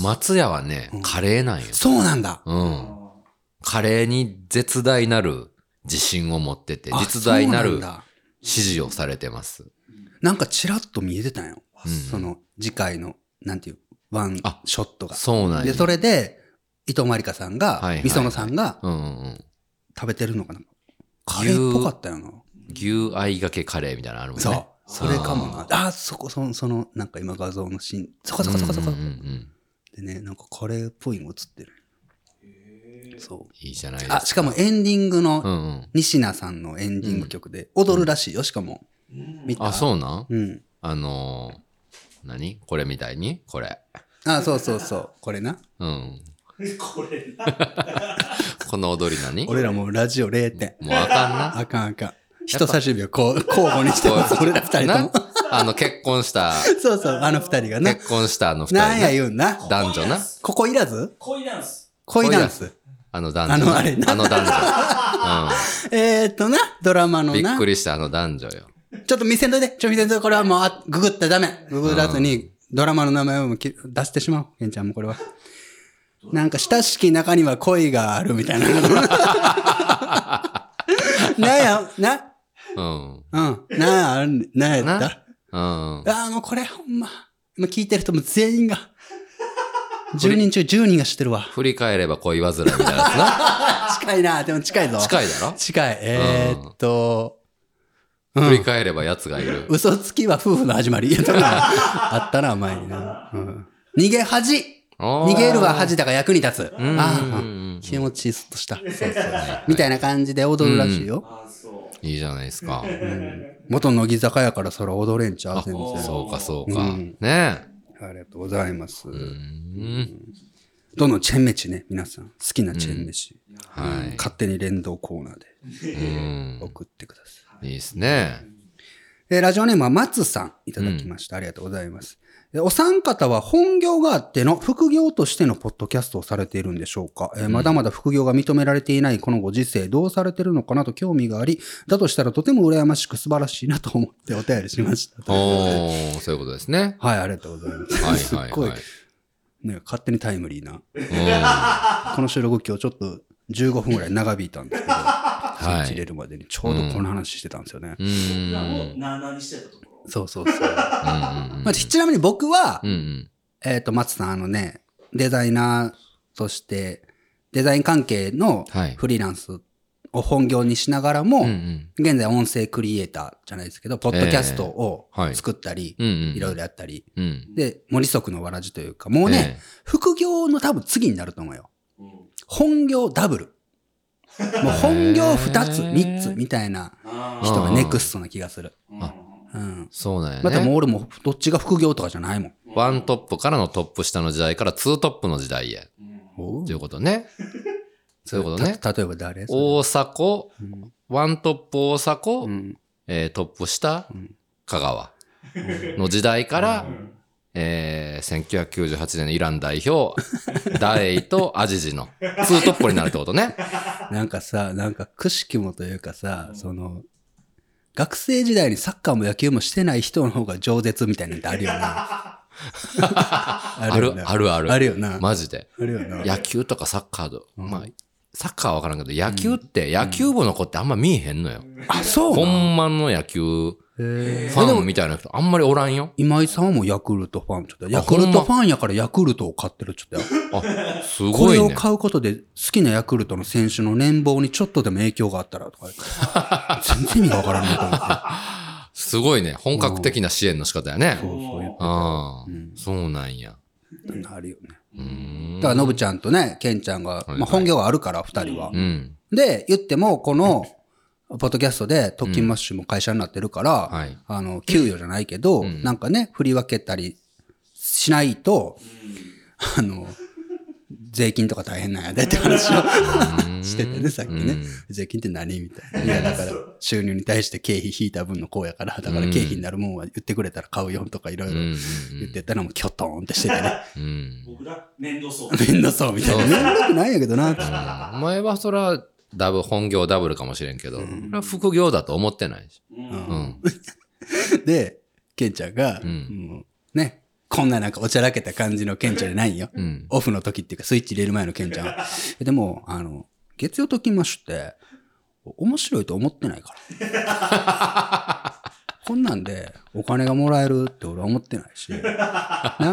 Speaker 2: 松屋はね、カレーなんよ。
Speaker 1: そうなんだ。
Speaker 2: うん。カレーに絶大なる自信を持ってて、
Speaker 1: あ
Speaker 2: 実在な
Speaker 1: そ
Speaker 2: る
Speaker 1: うだ
Speaker 2: 支持をされてます。
Speaker 1: なんかチラッと見えてたんよ。
Speaker 2: うん
Speaker 1: その、次回の、なんていう、ワン
Speaker 2: あ
Speaker 1: ショットが。
Speaker 2: そうなんや
Speaker 1: で、それで、伊藤まりかさんが、
Speaker 2: はいはいはい
Speaker 1: みそのさんが
Speaker 2: うんうん
Speaker 1: 食べてるのかな。カレーっぽかったよな。
Speaker 2: うん。牛あいがけカレーみたいなのあるもんね。
Speaker 1: そう。それかもな。あー、そこ、その、その、なんか今画像のシーン。そこそこそこそこ
Speaker 2: うんうんうん
Speaker 1: でね、なんかカレーっぽいの映ってる。そう。
Speaker 2: いいじゃないですか。
Speaker 1: あ、しかもエンディング
Speaker 2: う
Speaker 1: の、
Speaker 2: んうん。
Speaker 1: 西名さんのエンディング曲で踊るらしいよ、しかも。見た
Speaker 2: あ、そうなん
Speaker 1: うん。
Speaker 2: あのー、何これみたいにこれ。
Speaker 1: あ、そうそうそう。これな。
Speaker 2: うん。
Speaker 3: これな。
Speaker 2: この踊り何もう
Speaker 1: 俺らもうラジオ0点。
Speaker 2: あかんな。
Speaker 1: あかんあかん。人差し指をこう、交互にしてます。俺ら二人とも
Speaker 2: な。あの、結婚した、
Speaker 1: そうそう、あの二人がな。
Speaker 2: 結婚したあの二人ね。
Speaker 1: なんや言うんな。
Speaker 2: 男女な。
Speaker 1: ここいらず
Speaker 3: 恋ダンス。
Speaker 1: 恋ダンス。
Speaker 2: あの男女。
Speaker 1: あのあれな
Speaker 2: あの男女。うん。
Speaker 1: えーっとな、ドラマの
Speaker 2: びっ
Speaker 1: な。
Speaker 2: くりした、あの男女よ。
Speaker 1: ちょっと見せんといて、ちょ、見せんといて、これはもう、あググったらダメ。ググらずに、ドラマの名前をもうき出してしまおう。ケンちゃんもこれは。なんか、親しき中には恋があるみたいな。 なんや、な、
Speaker 2: うん。
Speaker 1: うん、なんや、なんやっ
Speaker 2: な
Speaker 1: た。
Speaker 2: うん。
Speaker 1: ああ、もうこれほんま。今聞いてる人も全員が、10人中10人が知ってるわ。
Speaker 2: 振り返れば恋煩いみたいなやつな。
Speaker 1: 近いな、でも近いぞ。
Speaker 2: 近
Speaker 1: い。
Speaker 2: いだろ
Speaker 1: 近い。えーっと、う
Speaker 2: 振り
Speaker 1: ん。
Speaker 2: 返れば奴がいる。
Speaker 1: 嘘つきは夫婦の始 まり。いや、でもなあったな、前にな。うん。逃げ恥
Speaker 2: あー
Speaker 1: 逃げるは恥だが役に立つ。
Speaker 2: うん
Speaker 1: あ
Speaker 2: う
Speaker 1: あ、
Speaker 2: ん
Speaker 1: 気持ちいいすっとした。
Speaker 2: うん
Speaker 1: みたいな感じで踊るらしいよ。
Speaker 3: あ、そ
Speaker 2: いいじゃないですか。
Speaker 1: 元乃木坂やからそれ踊れんちゃう
Speaker 2: あ、
Speaker 1: 全然。
Speaker 2: そうかそうか。
Speaker 1: うん
Speaker 2: ねえ。
Speaker 1: ありがとうございます。
Speaker 2: うん。
Speaker 1: どのチェンメチね、皆さん。好きなチェンメチ。
Speaker 2: はい。
Speaker 1: 勝手に連動コーナーで
Speaker 2: うん。
Speaker 1: 送ってください。
Speaker 2: いいですね。
Speaker 1: えーラジオネームは松さんいただきました。ありがとうございます。えーお三方は本業があっての副業としてのポッドキャストをされているんでしょうか、えーまだまだ副業が認められていないこのご時世どうされてるのかなと興味があり、だとしたらとても羨ましく素晴らしいなと思ってお便りしました。
Speaker 2: おー、そういうことですね。
Speaker 1: はい、ありがとうございます。
Speaker 2: はい
Speaker 1: すっ
Speaker 2: はい
Speaker 1: ごい
Speaker 2: はい、
Speaker 1: ね、勝手にタイムリーな。
Speaker 2: うん。は
Speaker 1: この収録今日ちょっと15分ぐらい長引いたんですけど、スイ
Speaker 2: はい
Speaker 1: ッチ入れるまでに、ちょうどこの話してたんですよね。
Speaker 2: うん。うん
Speaker 3: 僕
Speaker 2: う
Speaker 3: らも
Speaker 2: ん
Speaker 3: なあなあにしてたところ。
Speaker 1: そうそうそう。ま
Speaker 2: うん。
Speaker 1: あ、ちなみに僕は、
Speaker 2: うんうん。
Speaker 1: えっ、と、松さん、あのね、デザイナーとして、デザイン関係の
Speaker 2: はい
Speaker 1: フリーランスを本業にしながらも、
Speaker 2: うんうん。
Speaker 1: 現在音声クリエイターじゃないですけど、ポッドキャストを
Speaker 2: ええはい
Speaker 1: 作ったり、
Speaker 2: うんうん。
Speaker 1: いろいろやったり、
Speaker 2: うん。
Speaker 1: で、森足のわらじというか、もうね、
Speaker 2: え
Speaker 1: 副業の多分次になると思うよ。
Speaker 3: うん
Speaker 1: 本業ダブ ル。もう本業2つ、
Speaker 2: へー
Speaker 1: 3つみたいな
Speaker 3: あ
Speaker 1: 人
Speaker 3: ー
Speaker 1: がネクストな気がする。
Speaker 3: うん
Speaker 2: あ
Speaker 1: うん
Speaker 2: え。。そうなんやね。
Speaker 1: またもう俺もどっちが副業とかじゃないもん。
Speaker 2: ワントップからのトップ下の時代からツートップの時代へ。
Speaker 3: うん
Speaker 1: お
Speaker 2: ということね。そういうことね。
Speaker 1: た例えば誰
Speaker 2: 大阪、
Speaker 1: うん
Speaker 2: ワントップ大阪、
Speaker 1: うん
Speaker 2: えートップ下
Speaker 1: うん、
Speaker 2: 香川の時代から、
Speaker 3: うん
Speaker 2: えー1998年のイラン代表、ダエイとアジジのツートップになるってことね。
Speaker 1: なんかさ、なんかくしくもというかさ
Speaker 3: う、ん
Speaker 1: その、学生時代にサッカーも野球もしてない人の方が饒舌みたいなのってあるよな。
Speaker 2: ある
Speaker 1: よ、な
Speaker 2: あるある。
Speaker 1: あるよな。
Speaker 2: マジで。
Speaker 1: あるよな。
Speaker 2: 野球とかサッカーと、
Speaker 1: うん
Speaker 2: まあ、サッカーはわからんけど、野球って、野球部の子ってあんま見えへんのよ。
Speaker 1: あ、そう
Speaker 2: ほ
Speaker 1: なん
Speaker 2: んまの野球フ
Speaker 1: へー
Speaker 2: ァンみたいな人あんまりおらんよ。
Speaker 1: 今井さんはもうヤクルトファン。ちょっとヤク
Speaker 2: ほ
Speaker 1: ル
Speaker 2: んま
Speaker 1: トファンやからヤクルトを買ってる。ちょっとや、
Speaker 2: あ、す
Speaker 1: こ
Speaker 2: ご
Speaker 1: れ
Speaker 2: い
Speaker 1: を
Speaker 2: ね。
Speaker 1: 買うことで好きなヤクルトの選手の年俸にちょっとでも影響があったらとか言って。 全然意味がわからないと思って。
Speaker 2: すごいね。本格的な支援の仕方やね。
Speaker 1: そうそういう
Speaker 2: ああ、
Speaker 1: うん
Speaker 2: そうなんや。
Speaker 1: ことあるよね。
Speaker 2: うーん。
Speaker 1: だから、ノブちゃんとね、ケンちゃんが、
Speaker 2: はい
Speaker 1: まあ、本業があるから、二人は
Speaker 2: う。ん。
Speaker 1: で、言っても、この、ポッドキャストで、特勤マッシュも会社になってるから、
Speaker 2: はい
Speaker 1: あの、給与じゃないけど、
Speaker 2: うん
Speaker 1: なんかね、振り分けたりしないと、
Speaker 3: う
Speaker 1: あの、税金とか大変なんやでって話 を しててね、さっきね
Speaker 2: うん。
Speaker 1: 税金って何みたいな。いや、だから、収入に対して経費引いた分のこうやから、だから経費になるもんは言ってくれたら買うよとかいろ
Speaker 2: う
Speaker 1: い
Speaker 2: ん
Speaker 1: ろ
Speaker 2: うんうん
Speaker 1: 言ってたらもうキョトーンってしててね。
Speaker 2: うん
Speaker 3: ん僕ら面倒そう。
Speaker 1: めんどそうみたいな。めんどくないんやけどなって。
Speaker 2: お前はそら、ダブ、本業ダブルかもしれんけど、それは副業だと思ってないし。
Speaker 3: うん
Speaker 2: うん。
Speaker 1: で、ケンちゃんが、
Speaker 2: うん
Speaker 1: もうね、こんななんかおちゃらけた感じのケンちゃんじゃないんよ。
Speaker 2: うん。
Speaker 1: オフの時っていうか、スイッチ入れる前のケンちゃんは。 でも、あの、月曜ときまして、お面白いと思ってないから。 こんなんでお金がもらえるって俺は思ってないし、なん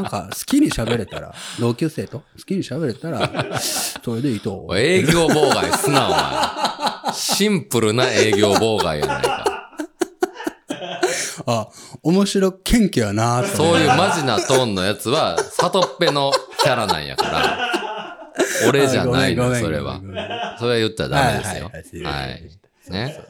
Speaker 1: か好きに喋れた ら、同級生と好きに喋れたら、それでいいと。
Speaker 2: 営業妨害すな、お前。シンプルな営業妨害やないか。
Speaker 1: あ、面白ケンキやなーって
Speaker 2: そういうマジなトーンのやつは、里っぺのキャラなんやから。俺じゃない
Speaker 1: あご
Speaker 2: の、
Speaker 1: めん
Speaker 2: それは
Speaker 1: ごめんごめん。
Speaker 2: それは言ったらダメですよ。
Speaker 1: はいはいはいすいません
Speaker 2: はい。ね。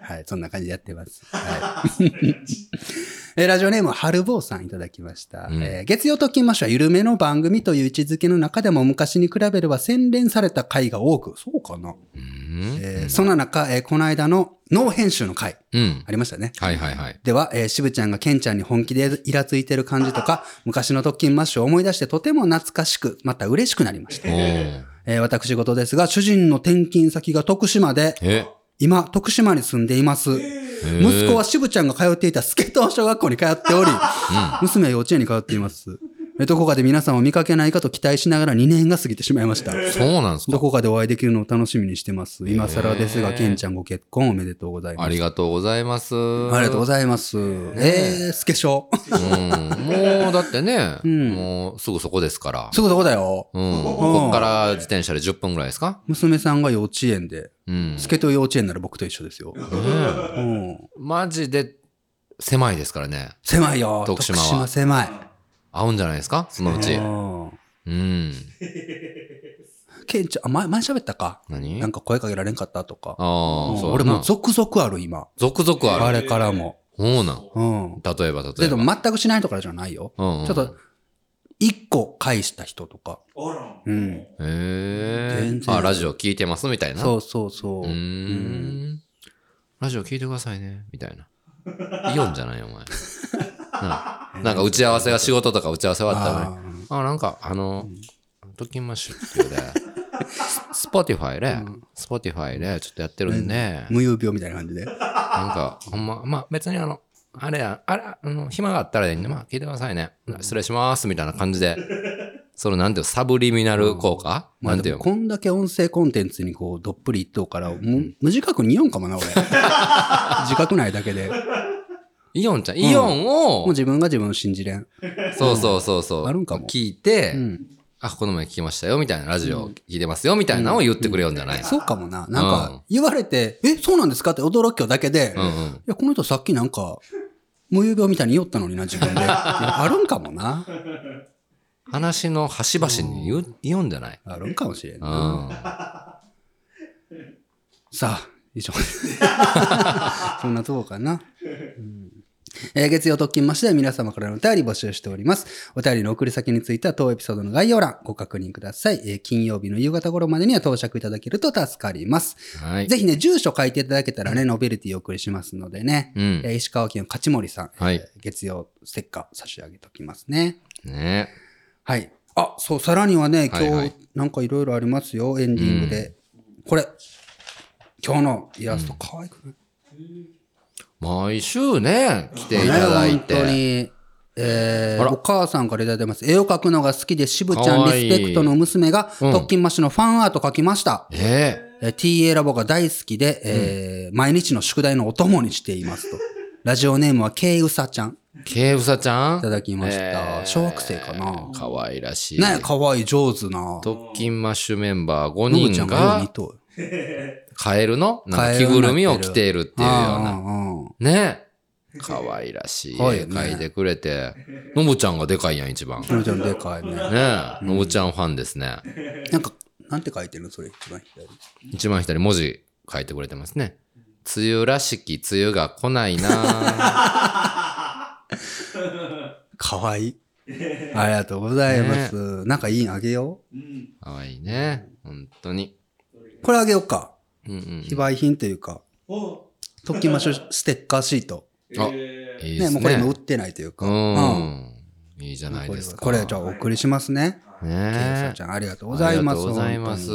Speaker 1: はい、そんな感じでやって ます。はい。 えーラジオネーム、はるぼうさんいただきました。
Speaker 2: うん
Speaker 1: えー月曜ときましは緩めの番組という位置づけの中でも昔に比べれば洗練された回が多く、そうかな。
Speaker 2: うん
Speaker 1: えーそんな中、えーこの間の脳編集の回、
Speaker 2: うん。
Speaker 1: ありましたね。
Speaker 2: はいはいはい。
Speaker 1: では、えー、渋ちゃんがケンちゃんに本気でイラついてる感じと か、昔の特勤マッシュを思い出してとても懐かしく、また嬉しくなりました。
Speaker 2: おー
Speaker 1: えー私事ですが、主人の転勤先が徳島で、
Speaker 2: え
Speaker 1: 今、徳島に住んでいます。息子は渋ちゃんが通っていたスケト小学校に通っており、娘は幼稚園に通っています。えどこかで皆さんを見かけないかと期待しながら2年が過ぎてしまいました。
Speaker 2: そうなんです
Speaker 1: ど
Speaker 2: か。
Speaker 1: こかでお会いできるのを楽しみにしてます。今更ですが、ケンちゃんご結婚おめでとうございます。
Speaker 2: ありがとうございます。
Speaker 1: ありがとうございます。えー、スケ小。
Speaker 2: うんもうだってね、
Speaker 1: ん
Speaker 2: もうすぐそこですから。
Speaker 1: そういうことだよ。
Speaker 2: うん。こっから自転車で10分ぐらいですか
Speaker 1: 娘さんが幼稚園で、
Speaker 2: うん。
Speaker 1: スケト幼稚園なら僕と一緒ですよ。
Speaker 2: う
Speaker 1: う
Speaker 2: ん
Speaker 1: ん。
Speaker 2: マジで狭いですからね。
Speaker 1: 狭いよ。
Speaker 2: 徳
Speaker 1: 徳
Speaker 2: 島
Speaker 1: 島
Speaker 2: は
Speaker 1: 狭い。
Speaker 2: 合うんじゃないですかそのうち。
Speaker 1: うん
Speaker 2: うん。
Speaker 1: ケンちゃん、あ、前、前喋ったか
Speaker 2: 何
Speaker 1: なんか声かけられんかったとか。
Speaker 2: あ
Speaker 1: う
Speaker 2: あ、
Speaker 1: ん
Speaker 2: そう
Speaker 1: 俺
Speaker 2: や
Speaker 1: も
Speaker 2: な
Speaker 1: う。続々ある今。
Speaker 2: 続々あ
Speaker 1: あ
Speaker 2: る。
Speaker 1: れからも。
Speaker 2: そうなん。
Speaker 1: うん。
Speaker 2: 例えば、例
Speaker 1: で
Speaker 2: えば。
Speaker 1: も全くしないとかじゃないよ。
Speaker 2: うんうん
Speaker 1: ちょっと、一個返した人とか。
Speaker 3: あら。
Speaker 1: うん。
Speaker 2: へ
Speaker 1: 全
Speaker 2: え。
Speaker 1: 然
Speaker 2: あ、ラジオ聞いてますみたいな。
Speaker 1: そうそうそう。
Speaker 2: うーん。ラジオ聞いてくださいね、みた いな。イオンじゃないよ、お前。なあなんか打ち合わせが仕事とか打ち合わせ終わったのに。あ、なんか、あの、ときましょうっていうで、 スポティファイで、スポティファイでちょっとやってるんで、
Speaker 1: 無遊病みたいな感じで。
Speaker 2: なんか、ほんま、まあ別にあの、 あれや、あれ、あの、暇があったらいいんで、まあ聞いてくださいね。失礼します、みたいな感じでその、なんていうのサブリミナル効果、
Speaker 1: ま
Speaker 2: な
Speaker 1: あ
Speaker 2: んて
Speaker 1: で
Speaker 2: いう
Speaker 1: も
Speaker 2: の
Speaker 1: こんだけ音声コンテンツにこうどっぷりいっとうから、む無自覚にイオンかも な、俺。自覚ないだけで。も
Speaker 2: イオンちゃん、イオンを、
Speaker 1: う自分が自分を信じれん。
Speaker 2: そうそうそうそう。
Speaker 1: あるんかも
Speaker 2: 聞いて、
Speaker 1: うん。
Speaker 2: あ、この前聞きましたよ、みたいな、ラジオ聞いてますよ、みたいなのを言ってくれよんじゃない、
Speaker 1: そうかもな。なん
Speaker 2: うん
Speaker 1: か、言われて、え、そうなんですかって驚きよだけで、
Speaker 2: うん、
Speaker 1: い
Speaker 2: うん。
Speaker 1: や、この人さっきなんか、無遊病みたいに言おったのにな、自分 で。いやあるんかもな。
Speaker 2: 話の端々に言う、言うんじゃない
Speaker 1: あるんかもしれん
Speaker 2: う
Speaker 1: な。
Speaker 2: ん。
Speaker 1: さあ、以上。 そんなとこかな。うんえー月曜特勤まして皆様からのお便り募集しております。お便りの送り先については当エピソードの概要欄ご確認ください。えー金曜日の夕方頃までには到着いただけると助かります。
Speaker 2: はい。
Speaker 1: ぜひね、住所書いていただけたらね、ノベルティお送りしますのでね。
Speaker 2: うん
Speaker 1: えー石川県勝森さん、
Speaker 2: はい
Speaker 1: えー月曜ステッカー差し上げときますね。
Speaker 2: ね
Speaker 1: はい。あ、そう、さらにはね、今
Speaker 2: はいはい
Speaker 1: 日、なんかいろいろありますよ、エンディングで。これ、今日のイラスト、可愛くない、
Speaker 2: 毎週ね、来ていただい
Speaker 1: ね本当
Speaker 2: て。
Speaker 1: に。え
Speaker 2: あら
Speaker 1: ー、お母さんからいただいてます。絵を描くのが好きで、しぶちゃ
Speaker 2: 可
Speaker 1: ん
Speaker 2: 愛い
Speaker 1: リスペクトの娘が、
Speaker 2: うん
Speaker 1: 特勤マッシュのファンアート描きました。
Speaker 2: え
Speaker 1: えー TA ラボが大好きで、えー毎日の宿題のお供にしていますと。ラジオネームはケイウサちゃん。
Speaker 2: えけうさちゃん
Speaker 1: いただきました小学生かな
Speaker 2: かわいらしい。
Speaker 1: ね、可愛い上手な。
Speaker 2: 特勤マッシュメンバー
Speaker 1: ノブ
Speaker 2: 5
Speaker 1: ちゃ
Speaker 2: 人
Speaker 1: んがよう似
Speaker 2: が、
Speaker 1: とう
Speaker 2: カエルのなんか着ぐるみを着ているっていうような。ねかわいらしい絵
Speaker 1: 可愛いよね
Speaker 2: 描いてくれて。のぶちゃんがでかいやん、一番。
Speaker 1: うんうんうん。ノブちゃんでかいね。
Speaker 2: ねえ、のぶちゃんファンですね。
Speaker 1: なんか、なんて書いてるのそれ一番左。
Speaker 2: 一番左文字書いてくれてますね。梅雨らしき梅雨が来ないな
Speaker 1: かわいい。ありがとうございます。なんかいいのあげよ
Speaker 3: うん。
Speaker 2: かわいいね。本当に。
Speaker 1: う。これあげようか。
Speaker 2: うんうん。
Speaker 1: 非売品というか、
Speaker 3: お
Speaker 1: 特訓マッシュステッカーシート。
Speaker 2: あ
Speaker 3: えー
Speaker 2: いいで
Speaker 1: ね、
Speaker 2: す
Speaker 1: も
Speaker 2: ね。
Speaker 1: うこれも売ってないというか。
Speaker 2: う
Speaker 1: うん
Speaker 2: ん。いいじゃない
Speaker 1: こ
Speaker 2: で
Speaker 1: れ
Speaker 2: すか。
Speaker 1: これじゃあお送りしますね。ケイ
Speaker 2: ね
Speaker 1: サ
Speaker 2: え
Speaker 1: ち。ゃん、ありがとうございます。
Speaker 2: ありがとうございます。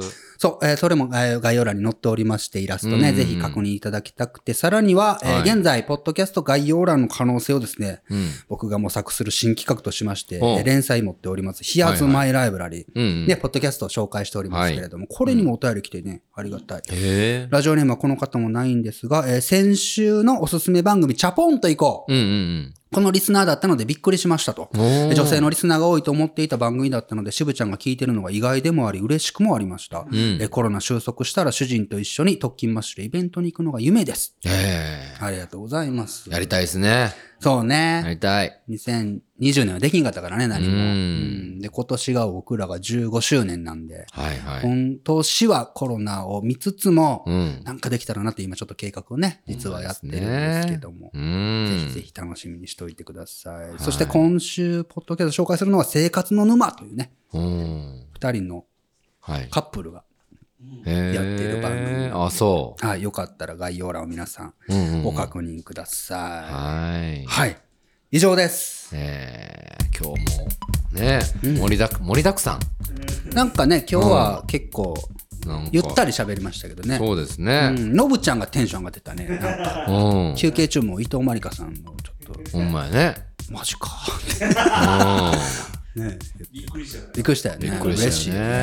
Speaker 1: 本当にそう、えーそれも、えー概要欄に載っておりまして、イラスト
Speaker 2: うんうんう
Speaker 1: ね、
Speaker 2: ん
Speaker 1: ぜひ確認いただきたくて、さらには、えー
Speaker 2: はい
Speaker 1: 現在、ポッドキャスト概要欄の可能性をですね、
Speaker 2: うん。
Speaker 1: 僕が模索する新企画としまして、え
Speaker 2: おう
Speaker 1: ー連載持っております、Here's My Library
Speaker 2: うんうん。
Speaker 1: で、ポッドキャストを紹介しておりますけれども、これにもお便り来てね、ありがたい。
Speaker 2: へえ。
Speaker 1: ラジオネームはこの方もないんですが、えー先週のおすすめ番組、チャポンと行こう、
Speaker 2: うんうん
Speaker 1: このリスナーだったのでびっくりしましたと。
Speaker 2: うん。おー
Speaker 1: 女性のリスナーが多いと思っていた番組だったので、渋ちゃんが聞いてるのが意外でもあり、嬉しくもありました。
Speaker 2: ん
Speaker 1: えコロナ収束したら主人と一緒に特勤マッシュでイベントに行くのが夢です。
Speaker 2: え
Speaker 1: ありがとうございます
Speaker 2: え。。やりたいですね。
Speaker 1: そう
Speaker 2: や
Speaker 1: ね。
Speaker 2: りたい。
Speaker 1: 2020年はできんかったからね、何も。
Speaker 2: うん
Speaker 1: うんで、今年が僕らが15周年なんで、
Speaker 2: はいはい。
Speaker 1: 今年はコロナを見つつも、
Speaker 2: うん。
Speaker 1: なんかできたらなって今ちょっと計画をね、実はやってるんですけども。
Speaker 2: うん。
Speaker 1: ぜひぜひ楽しみにしておいてください。
Speaker 2: い
Speaker 1: そして今週、ポッドキャスト紹介するのは生活の沼というね、
Speaker 2: うん。
Speaker 1: 二人の
Speaker 2: はい。
Speaker 1: カップルが、
Speaker 2: や
Speaker 1: やってる番組
Speaker 2: あ、そ
Speaker 1: あよかったら概要欄を皆さん
Speaker 2: う。うんうん
Speaker 1: ご確認くださ
Speaker 2: はい
Speaker 1: い。。はい。以上です。
Speaker 2: えー今日も、ね、盛りだく、盛りだくさ
Speaker 1: なんかね、今日は結構、
Speaker 2: ん。なんか
Speaker 1: ゆったり喋りましたけどね。
Speaker 2: そうです
Speaker 1: う
Speaker 2: ね。
Speaker 1: ん、のぶちゃんがテンション上がって たね。なんか
Speaker 2: うん。
Speaker 1: 休憩中も伊藤まりかさんのちょっと、
Speaker 2: ほんまやね。
Speaker 1: マジか っ
Speaker 2: う
Speaker 1: てね。
Speaker 3: びっくりしたよね
Speaker 1: びっくりしたよね。
Speaker 2: ん。びっくり
Speaker 1: 嬉
Speaker 2: し
Speaker 1: したいよ
Speaker 2: よ
Speaker 1: ね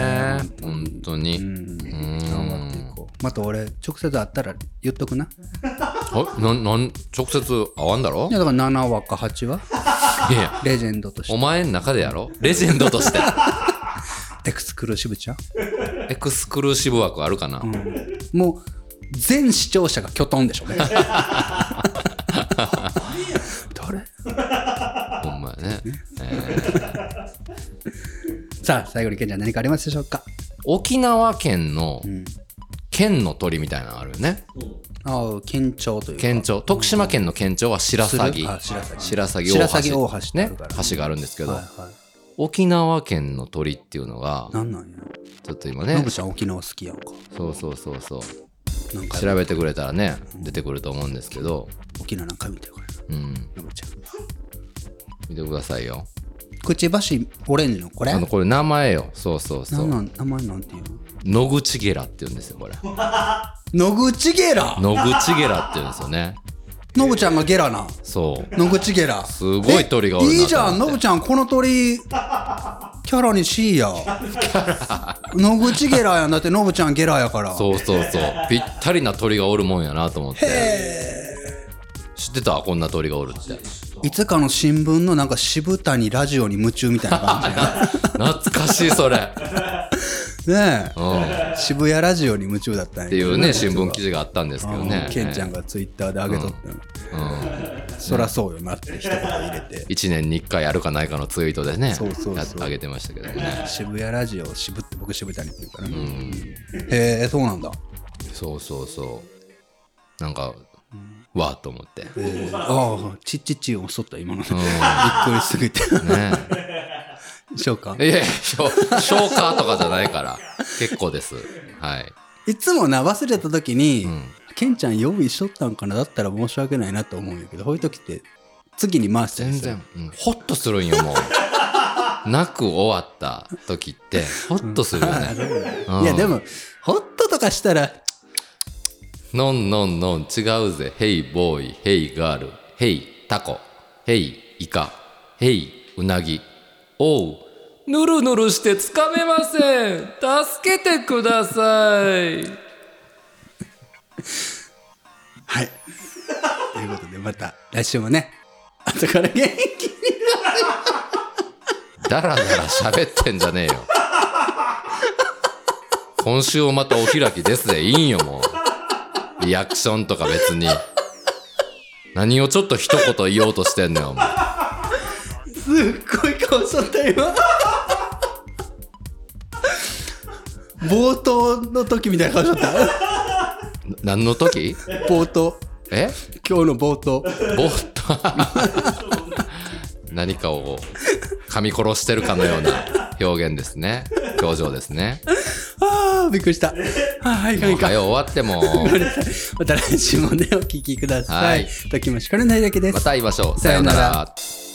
Speaker 2: ね。。本当に。
Speaker 1: う。
Speaker 2: うん
Speaker 1: 頑張ってい
Speaker 2: ん。
Speaker 1: こう。また俺、直接会ったら言っとくな。
Speaker 2: あ、なん、なん、直接会わんだろ
Speaker 1: いやだから7話か8話
Speaker 2: いやいや。
Speaker 1: レジェンドとし
Speaker 2: お
Speaker 1: て
Speaker 2: 前ん中でやろレジェンドとして。
Speaker 1: エクスクルーシブちゃん、
Speaker 2: エクスクルーシブ枠あるかな
Speaker 1: うん、もう全視聴者がキョトンでしょうね 誰
Speaker 2: ほんまやね。
Speaker 1: さあ最後にケンちゃん何かありますでしょうか
Speaker 2: 沖縄県の
Speaker 1: ん、
Speaker 2: 県の鳥みたいなのあるよね。
Speaker 3: うん
Speaker 1: ああ県庁というか
Speaker 2: 県庁徳島県の県庁は白鷺
Speaker 1: あ白鷺白
Speaker 2: 白鷺大橋
Speaker 1: 鷺大橋ってあ
Speaker 2: ね
Speaker 1: るから
Speaker 2: 橋があるんですけど、
Speaker 1: はいはい
Speaker 2: 沖縄県の鳥っていうのが
Speaker 1: なんなんや
Speaker 2: ちょっと今
Speaker 1: ノ
Speaker 2: ね
Speaker 1: ブちゃん沖縄好きやんか
Speaker 2: そうそうそうそう
Speaker 1: なんか
Speaker 2: 調べてくれたらね出てくると思うんですけど
Speaker 1: 沖縄なんか見てこれ
Speaker 2: うん
Speaker 1: ノブちゃん
Speaker 2: 見てくださいよ
Speaker 1: くちばしオレンジのこれ
Speaker 2: あのこれ名前よそうそう
Speaker 1: な
Speaker 2: そ
Speaker 1: ん
Speaker 2: う
Speaker 1: なん名前なんていう
Speaker 2: 野口ゲラって言うんですよこれ
Speaker 1: の野口ゲラ
Speaker 2: 野口ゲラって言うんですよね
Speaker 1: ノブちゃんがゲラな
Speaker 2: そう
Speaker 1: 野口ゲラ
Speaker 2: すごい鳥がおるなと思って
Speaker 1: えいいじゃんノブちゃんこの鳥キャラに C や。野口ゲラやん。だって、ノブちゃんゲラやから。
Speaker 2: そうそうそう。ぴったりな鳥がおるもんやなと思って。知ってたこんな鳥がおるって。
Speaker 1: いつかの新聞のなんか渋谷ラジオに夢中みたいな感
Speaker 2: 懐かしい、それ。
Speaker 1: じ。ね
Speaker 2: うん。っ
Speaker 1: え。渋谷ラジオに夢中だったんやけ
Speaker 2: てい
Speaker 1: ど
Speaker 2: う
Speaker 1: ね
Speaker 2: ね、新聞記事があったんですけどね
Speaker 1: うん。ケンちゃんがツイッターで上げとったの、
Speaker 2: うん。
Speaker 1: そらそうよなって一言入れて
Speaker 2: 1年に1回あるかないかのツイートでね、
Speaker 1: そうそうそう
Speaker 2: やってあげてましたけどね。
Speaker 1: 渋谷ラジオ渋って僕渋谷って言うからね、
Speaker 2: うん。
Speaker 1: へえそうなんだ、
Speaker 2: そうそうそう。なんか、わーっと思って。
Speaker 1: えー、ああちっちっちを押しとった今の、びっ
Speaker 2: ん
Speaker 1: くりしすぎ て
Speaker 2: ね
Speaker 1: そうか
Speaker 2: いやいや、消化とかじゃないから。結構です。はい。
Speaker 1: いつもな忘れた時に、
Speaker 2: うん。
Speaker 1: ケンちゃん用意しとったんかなだったら申し訳ないなと思うんやけどこういう時って次に回して
Speaker 2: 全然、うん、ホッとするんよ、もう。泣く終わった時って、ホッとする よね。うん
Speaker 1: いやでもホットとかしたら
Speaker 2: ノンノンノン、違うぜ。ヘイボーイ、ヘイガール、ヘイタコ、ヘイイカ、ヘイウナギ。おう、ぬるぬるしてつかめません。助けてください。
Speaker 1: はいということでまた来週もね後から元気に
Speaker 2: だらだら喋ってんじゃねえよ。今週もまたお開きですでいいんよ、もう。リアクションとか別に。何をちょっと一言言おうとしてんのよ、お前
Speaker 1: すっごい顔しとった今冒頭の時みたいな顔しとった
Speaker 2: な何の時
Speaker 1: 冒頭
Speaker 2: え
Speaker 1: 今日の冒頭
Speaker 2: ぼーっと 何かを噛み殺してるかのような表現ですね表情ですね
Speaker 1: ああびっくりしたあはいいかん
Speaker 2: もう
Speaker 1: いかん
Speaker 2: 早う終わっても
Speaker 1: また来週もねお聞きください、
Speaker 2: はい
Speaker 1: 時もしかれないだけです
Speaker 2: また会いましょうさような
Speaker 1: さような
Speaker 2: ら
Speaker 1: ら